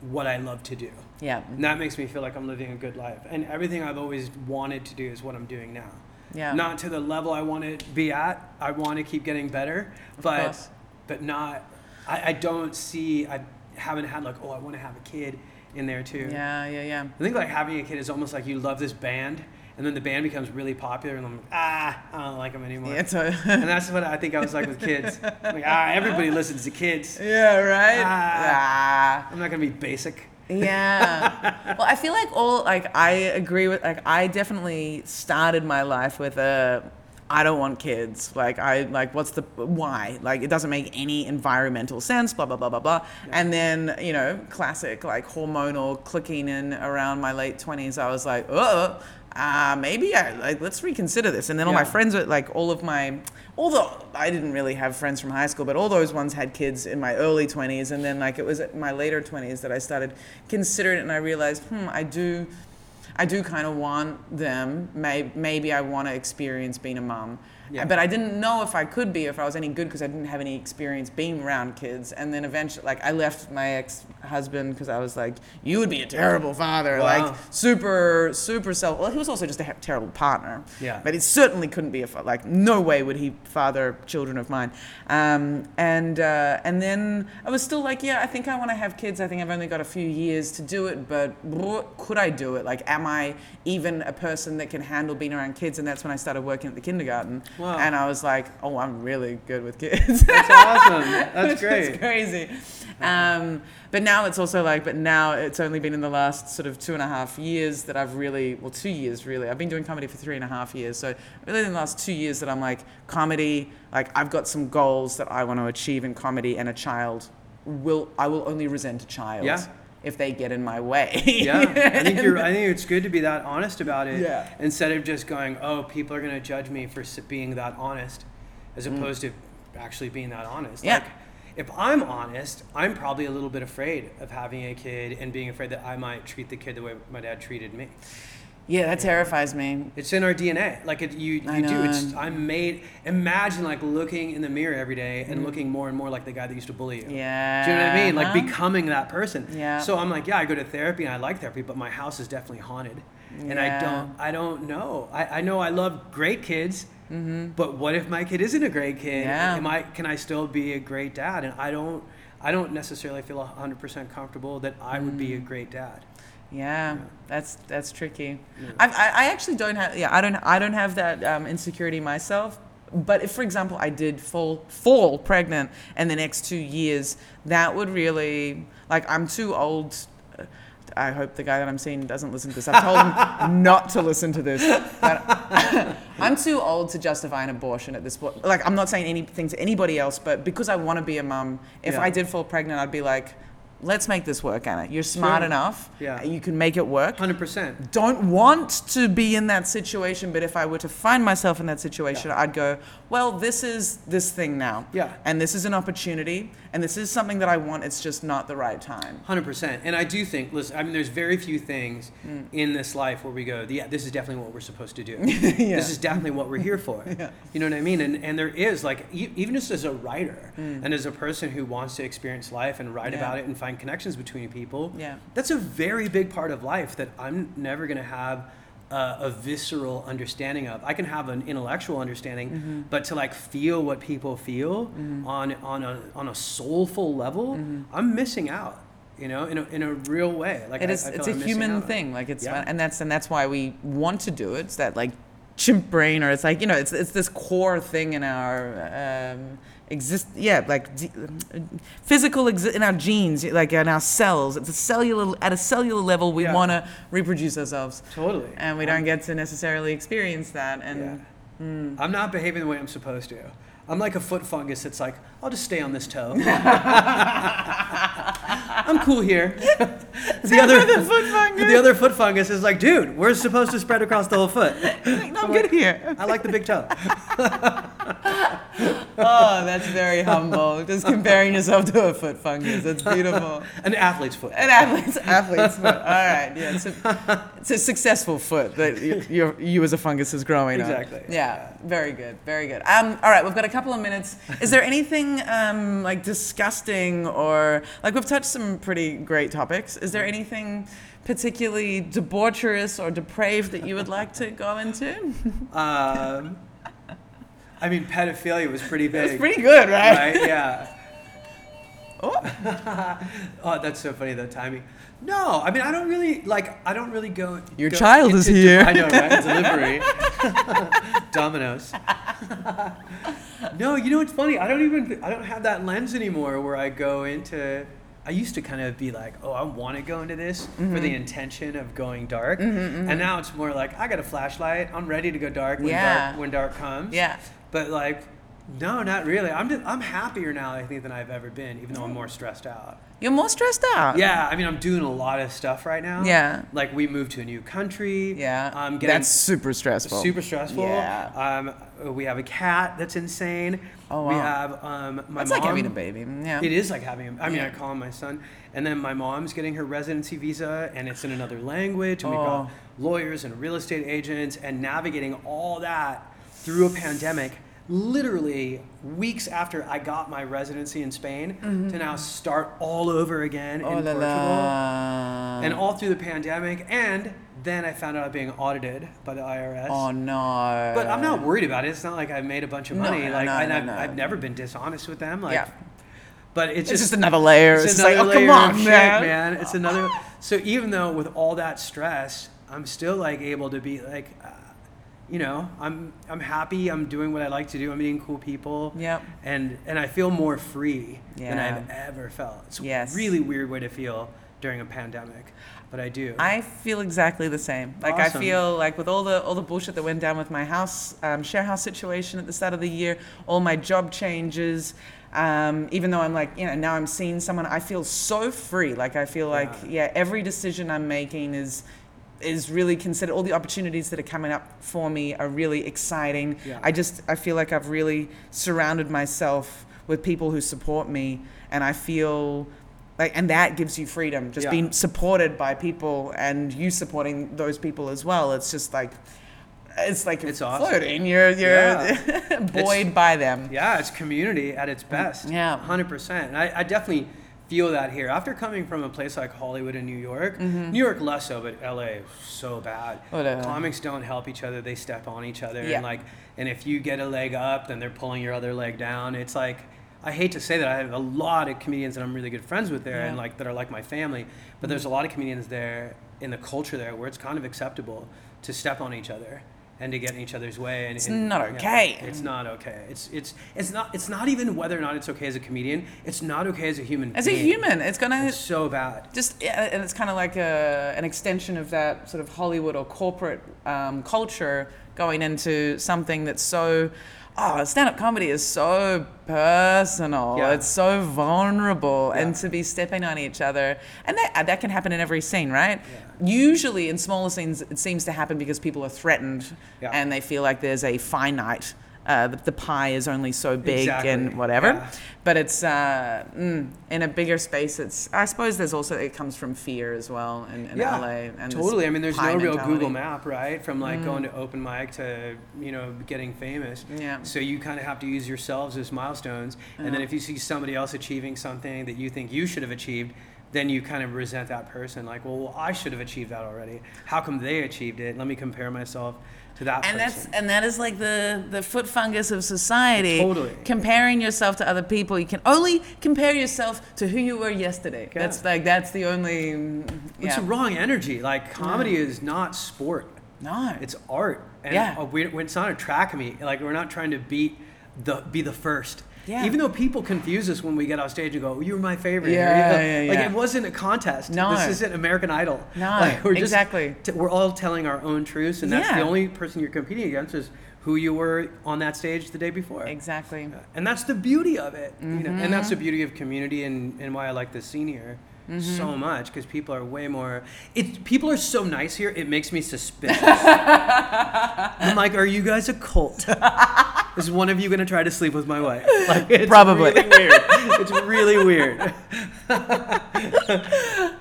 S2: what I love to do.
S1: Yeah.
S2: And that makes me feel like I'm living a good life. And everything I've always wanted to do is what I'm doing now.
S1: Yeah.
S2: Not to the level I want to be at. I want to keep getting better, but
S1: course.
S2: but not. I, I don't see. I haven't had like oh I want to have a kid in there too.
S1: Yeah, yeah, yeah.
S2: I think like having a kid is almost like you love this band, and then the band becomes really popular, and I'm like ah I don't like them anymore.
S1: Yeah, so,
S2: and that's what I think I was like with kids. I'm like ah everybody listens to kids.
S1: yeah right?
S2: Ah.
S1: Ah.
S2: I'm not gonna be basic.
S1: yeah well i feel like all like i agree with like i definitely started my life with a I don't want kids. Like I like what's the why? Like it doesn't make any environmental sense. Blah blah blah blah blah. And then you know, classic like hormonal clicking in around my late twenties. I was like, oh, uh, maybe I like let's reconsider this. And then all my
S2: Yeah.
S1: friends were like all of my all the I didn't really have friends from high school, but all those ones had kids in my early twenties. And then like it was at my later twenties that I started considering it, and I realized, hmm, I do. I do kind of want them. May, maybe I want to experience being a mom.
S2: Yeah.
S1: But I didn't know if I could be, if I was any good, because I didn't have any experience being around kids. And then eventually, like, I left my ex husband because I was like, you would be a terrible father.
S2: Wow.
S1: Like, super, super self. Well, he was also just a he- terrible partner.
S2: Yeah.
S1: But he certainly couldn't be a, fa- like, no way would he father children of mine. Um, and, uh, and then I was still like, yeah, I think I want to have kids. I think I've only got a few years to do it, but bro- could I do it? Like, am I even a person that can handle being around kids? And that's when I started working at the kindergarten.
S2: Wow.
S1: And I was like, oh, I'm really good with kids.
S2: That's awesome. That's
S1: Which is
S2: great.
S1: crazy. Um, but now it's also like, but now it's only been in the last sort of two and a half years that I've really, well, two years really. I've been doing comedy for three and a half years. So really in the last two years that I'm like, comedy, like I've got some goals that I want to achieve in comedy and a child will, I will only resent a child
S2: Yeah.
S1: if they get in my way.
S2: Yeah, I think you're. I think it's good to be that honest about it.
S1: Yeah.
S2: Instead of just going, oh, people are gonna judge me for s- being that honest, as opposed to actually being that honest.
S1: Mm. Yeah.
S2: Like, if I'm honest, I'm probably a little bit afraid of having a kid and being afraid that I might treat the kid the way my dad treated me.
S1: yeah, that terrifies me.
S2: It's in our DNA. Like it, you,
S1: I
S2: you do. It's
S1: know.
S2: I'm made. Imagine like looking in the mirror every day and looking more and more like the guy that used to bully you.
S1: Mm-hmm. Yeah.
S2: Do you know what I mean? Like
S1: Uh-huh.
S2: becoming that person.
S1: Yeah.
S2: So I'm like, yeah, I go to therapy and I like therapy, but my house is definitely haunted, and I
S1: Yeah.
S2: don't, I don't know. I, I know I love great kids, but what if my kid isn't a great kid?
S1: Mm-hmm. Yeah.
S2: Am I? Can I still be a great dad? And I don't, I don't necessarily feel 100% comfortable that I would
S1: Mm.
S2: be a great dad.
S1: Yeah, that's that's tricky. I've, I I actually don't have yeah I don't I don't have that um, insecurity myself. But if, for example, I did fall fall pregnant in the next two years, that would really like I'm too old. I hope the guy that I'm seeing doesn't listen to this. I've told him not to listen to this. But I'm too old to justify an abortion at this point. Like I'm not saying anything to anybody else, but because I want to be a mum, if
S2: Yeah.
S1: I did fall pregnant, I'd be like, let's make this work, Anna. You're smart
S2: Sure.
S1: enough.
S2: Yeah.
S1: You can make it work.
S2: 100%.
S1: Don't want to be in that situation, but if I were to find myself in that situation, I'd go, well, this is this thing now.
S2: Yeah.
S1: And this is an opportunity, and this is something that I want. It's just not the right time.
S2: Hundred percent, and I do think. Listen, I mean, there's very few things in this life where we go, "Yeah, this is definitely what we're supposed to do. This is definitely what we're here for." You know what I mean? And and there is like e- even just as a writer and as a person who wants to experience life and write
S1: Yeah.
S2: about it and find connections between people,
S1: Yeah.
S2: that's a very big part of life that I'm never gonna have. Uh, a visceral understanding of. I can have an intellectual understanding,
S1: Mm-hmm.
S2: but to like feel what people feel on on a on a soulful level, I'm missing out you know, in a, in a real way. Like
S1: Mm-hmm. It
S2: I-
S1: is.
S2: I feel
S1: it's a
S2: I'm missing
S1: human
S2: out.
S1: thing. Like it's,
S2: Yeah.
S1: fun- and that's and that's why we want to do it. It's that like chimp brain, or it's like you know, it's it's this core thing in our um, exist. Yeah, like d- physical exi- in our genes, like in our cells. It's a cellular at a cellular level. We
S2: Yeah.
S1: want to reproduce ourselves,
S2: Totally.
S1: and we don't get to necessarily experience that. And
S2: Yeah.
S1: Mm.
S2: I'm not behaving the way I'm supposed to. I'm like a foot fungus that's like, I'll just stay on this toe. I'm cool here. the other
S1: foot fungus.
S2: the other foot fungus is like, dude, we're supposed to spread across the whole foot.
S1: Like, no, I'm good here.
S2: I like the big toe.
S1: Oh, that's very humble. Just comparing yourself to a foot fungus. That's beautiful.
S2: An athlete's foot.
S1: An athlete's athlete's foot. All right, yeah, it's a, it's a successful foot that you, you're, you as a fungus is growing. on.
S2: Exactly,
S1: Yeah, very good, very good. Um, all right, we've got a couple of minutes. Is there anything um, like disgusting or like we've touched some pretty great topics? Is there anything particularly debaucherous or depraved that you would like to go into?
S2: Um, I mean, pedophilia was pretty big.
S1: It's pretty good, right?
S2: right? Yeah.
S1: Oh.
S2: oh, that's so funny that timing. No, I mean I don't really like I don't really go.
S1: Your
S2: go
S1: child is
S2: into-
S1: here.
S2: I know, right? Delivery. Domino's. no, you know what's funny? I don't even I don't have that lens anymore where I go into. I used to kind of be like, oh, I want to go into this
S1: Mm-hmm.
S2: for the intention of going dark, and now it's more like I got a flashlight. I'm ready to go dark when
S1: Yeah.
S2: dark when dark comes.
S1: Yeah.
S2: But like, no, not really. I'm just, I'm happier now I think than I've ever been, even though I'm more stressed out.
S1: You're more stressed out.
S2: Yeah, I mean, I'm doing a lot of stuff right now.
S1: Yeah.
S2: Like we moved to a new country.
S1: Yeah.
S2: I'm getting
S1: That's super stressful.
S2: super stressful.
S1: Oh. Yeah.
S2: Um, we have a cat that's insane.
S1: Oh,
S2: We
S1: wow.
S2: have um, my
S1: That's
S2: mom.
S1: like having a baby. Yeah.
S2: It is like having. a- I mean, I
S1: Yeah.
S2: call him my son, and then my mom's getting her residency visa, and it's in another language, and we've
S1: Oh.
S2: got lawyers and real estate agents, and navigating all that through a pandemic. Literally weeks after I got my residency in Spain, to now start all over again
S1: Mm-hmm. Oh
S2: in
S1: la
S2: Portugal
S1: la.
S2: and all through the pandemic. And then I found out I'm being audited by the IRS.
S1: oh no.
S2: but I'm not worried about it. It's not like I've made a bunch of
S1: Um, No,
S2: money.
S1: no,
S2: like
S1: no,
S2: and
S1: no,
S2: I've,
S1: no.
S2: I've never been dishonest with them. Like,
S1: Yeah.
S2: but
S1: It's
S2: it's,
S1: just
S2: just,
S1: another layer. It's,
S2: it's
S1: just like,
S2: another
S1: oh come
S2: layer of
S1: on,
S2: shit,
S1: man.
S2: man. It's another. So even though with all that stress, I'm still like able to be like, uh, you know, I'm I'm happy. I'm doing what I like to do. I'm meeting cool people.
S1: Yep.
S2: And and I feel more free than
S1: Yeah.
S2: I've ever felt. It's
S1: Yes.
S2: a really weird way to feel during a pandemic, but I do.
S1: I feel exactly the same. Like
S2: Awesome.
S1: I feel like with all the all the bullshit that went down with my house um, share house situation at the start of the year, all my job changes. Um, even though I'm like, you know, now I'm seeing someone, I feel so free. Like I feel like, yeah, every decision I'm making is is really considered. All the opportunities that are coming up for me are really exciting.
S2: Yeah.
S1: I just I feel like I've really surrounded myself with people who support me, and I feel like and that gives you freedom. Just
S2: Yeah.
S1: being supported by people and you supporting those people as well. It's just like it's like
S2: It's
S1: you're
S2: awesome.
S1: floating. You're you're buoyed by them. Mm,
S2: Yeah, it's community at its best.
S1: yeah.
S2: hundred percent. I, I definitely feel that here. After coming from a place like Hollywood and New York,
S1: Mm-hmm.
S2: New York less so, but LA is so bad.
S1: Oh, no.
S2: Comics don't help each other; they step on each other,
S1: Yeah.
S2: and like, and if you get a leg up, then they're pulling your other leg down. It's like. I hate to say that I have a lot of comedians that I'm really good friends with there and
S1: Yeah.
S2: like that are like my family, but there's a lot of comedians there in the culture there where it's kind of acceptable to step on each other and to get in each other's way and
S1: It's not okay.
S2: it's not okay. It's it's it's not it's not even whether or not it's okay as a comedian. It's not okay as a human.
S1: As a
S2: being.
S1: human, it's gonna
S2: it's so bad.
S1: just yeah, and it's kind of like a, an extension of that sort of Hollywood or corporate um, culture going into something that's so oh stand-up comedy is so personal
S2: Yeah.
S1: it's so vulnerable and
S2: Yeah.
S1: to be stepping on each other and that uh, that can happen in every scene right usually in smaller scenes it seems to happen because people are threatened
S2: Yeah.
S1: and they feel like there's a finite uh, the, the pie is only so big
S2: Exactly,
S1: and whatever
S2: yeah.
S1: but it's uh, mm, in a bigger space. It's I suppose there's also it comes from fear as well in, in
S2: yeah,
S1: LA. And this
S2: totally. I mean, there's
S1: pie
S2: no real
S1: mentality. Mm.
S2: Google Map, right? From like going to open mic to you know getting famous.
S1: Yeah.
S2: So you kind of have to use yourselves as milestones, and then if you see somebody else achieving something that you think you should have achieved. Then you kind of resent that person, like, well, I should have achieved that already. How come they achieved it? Let me compare myself to that
S1: And
S2: person.
S1: that's and that is like the the foot fungus of society.
S2: Totally.
S1: Comparing yourself to other people, you can only compare yourself to who you were yesterday.
S2: Yeah.
S1: That's like that's the only. mm,
S2: It's
S1: Yeah.
S2: the wrong energy. Like comedy is not sport.
S1: no.
S2: It's art. And
S1: Yeah.
S2: uh, we, it's not a track meet. Like we're not trying to beat the be the first.
S1: Yeah.
S2: Even though people confuse us when we get off stage and go, "You were my favorite." or,
S1: Yeah,
S2: you know,
S1: yeah,
S2: Like
S1: yeah.
S2: it wasn't a contest.
S1: No.
S2: This isn't American Idol.
S1: No,
S2: Like, we're just-
S1: exactly.
S2: t- we're all telling our own truths, and that's the
S1: Yeah.
S2: only person you're competing against is who you were on that stage the day before.
S1: exactly.
S2: And that's the beauty of it. You know? And that's the beauty of community and, and why I like this scene here so much because people are way more. It, people are so nice here, it makes me suspicious. I'm like, are you guys a cult? Is one of you going to try to sleep with my wife? Like, it's
S1: Probably.
S2: really weird. It's really weird.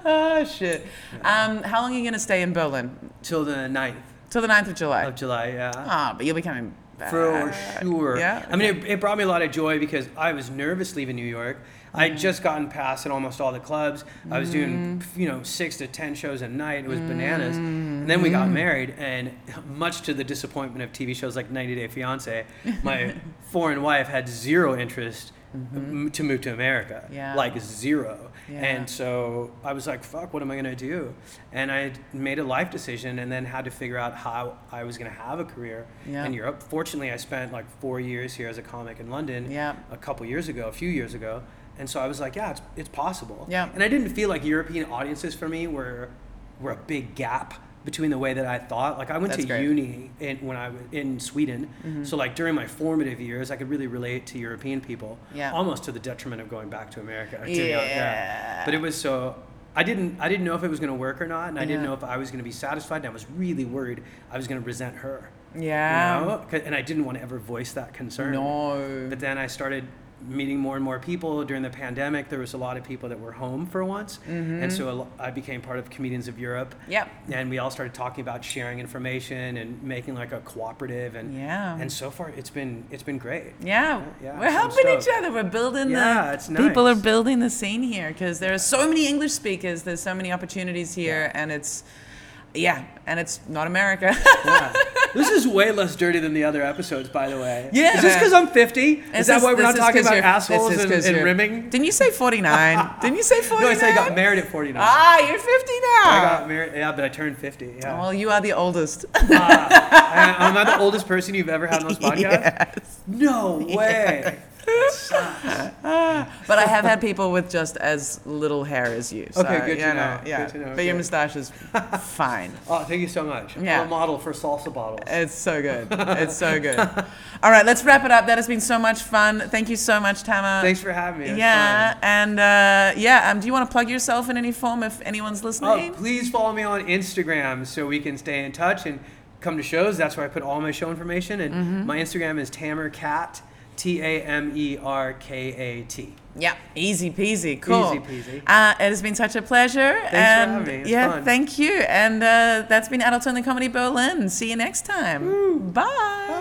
S1: Oh shit. Um, how long are you gonna stay in Berlin?
S2: Till the 9th
S1: Till the 9th of July.
S2: of July, yeah.
S1: Ah, but you'll be coming back.
S2: Uh, For sure.
S1: Yeah.
S2: I mean, it, it brought me a lot of joy because I was nervous leaving New York. I
S1: Mm.
S2: had just gotten past at almost all the clubs. I was doing, you know, six to 10 shows a night. It was bananas.
S1: Mm.
S2: And then we got married, and much to the disappointment of TV shows like 90 Day Fiancé, my foreign wife had zero interest m to move to America.
S1: Mm-hmm. Yeah.
S2: Like zero.
S1: Yeah.
S2: And so I was like, fuck, what am I going to do? And I made a life decision and then had to figure out how I was going to have a career
S1: Yeah.
S2: in Europe. Fortunately, I spent like four years here as a comic in London
S1: Yeah.
S2: a couple years ago, a few years ago, And so I was like, yeah, it's, it's possible.
S1: Yeah.
S2: And I didn't feel like European audiences for me were were a big gap between the way that I thought. Like I went
S1: That's
S2: to
S1: great. Mm-hmm.
S2: uni in, when I was in Sweden, so like during my formative years, I could really relate to European people,
S1: Yeah.
S2: almost to the detriment of going back to America. to be honest.
S1: Yeah.
S2: But it was so. I didn't. I didn't know if it was going to work or not, and I didn't
S1: Yeah.
S2: know if I was going to be satisfied. And I was really worried I was going to resent her.
S1: Yeah.
S2: You know? 'Cause- And I didn't want to ever voice that concern.
S1: Ah. No.
S2: But then I started meeting more and more people during the pandemic. There was a lot of people that were home for once, and so a lo- I became part of Comedians of Europe.
S1: Mm-hmm. Yep.
S2: And we all started talking about sharing information and making like a cooperative, and
S1: Yeah.
S2: And so far, it's been it's been great.
S1: Yeah,
S2: Yeah,
S1: we're
S2: so
S1: helping each
S2: stoked.
S1: other. We're building
S2: Yeah,
S1: the
S2: it's
S1: people are
S2: nice.
S1: building the scene here because there are so many English speakers. There's so many opportunities here, and it's yeah, and it's not America.
S2: Yeah. this is way less dirty than the other episodes, by the way.
S1: Yeah.
S2: Is this because I'm 50? Is
S1: This
S2: that why we're
S1: this
S2: not
S1: is
S2: talking
S1: 'cause
S2: about
S1: you're- this
S2: assholes
S1: is
S2: and,
S1: 'cause
S2: and
S1: you're-
S2: rimming?
S1: Didn't you say 49? Didn't you say 49?
S2: No, I said I got married at 49.
S1: Ah, you're 50 now.
S2: I got married. Yeah, but I turned 50. Yeah.
S1: well, you are the oldest.
S2: I- am I the oldest person you've ever had on this podcast?
S1: Yes.
S2: No way.
S1: But I have had people with just as little hair as you. So,
S2: Okay, good to
S1: you
S2: know,
S1: Yeah.
S2: good to know,
S1: But your
S2: okay.
S1: mustache is fine.
S2: Oh, thank you so much.
S1: Yeah.
S2: I'm a model for salsa bottles.
S1: It's so good. It's so good. All right, let's wrap it up. That has been so much fun. Thank you so much, Tama.
S2: Thanks for having me. It was
S1: Yeah,
S2: fun.
S1: and uh, yeah, um, do you want to plug yourself in any form if anyone's
S2: Oh,
S1: listening?
S2: please follow me on Instagram so we can stay in touch and come to shows. That's where I put all my show information. And my Instagram is tamercat, T A M E R K A T.
S1: Yeah, easy peasy. Cool.
S2: Easy peasy.
S1: Uh, it has been such a pleasure. Thanks
S2: for
S1: and
S2: having me. It's
S1: yeah,
S2: fun.
S1: thank you. And uh, that's been Adult Only Comedy Berlin. See you next time. Bye.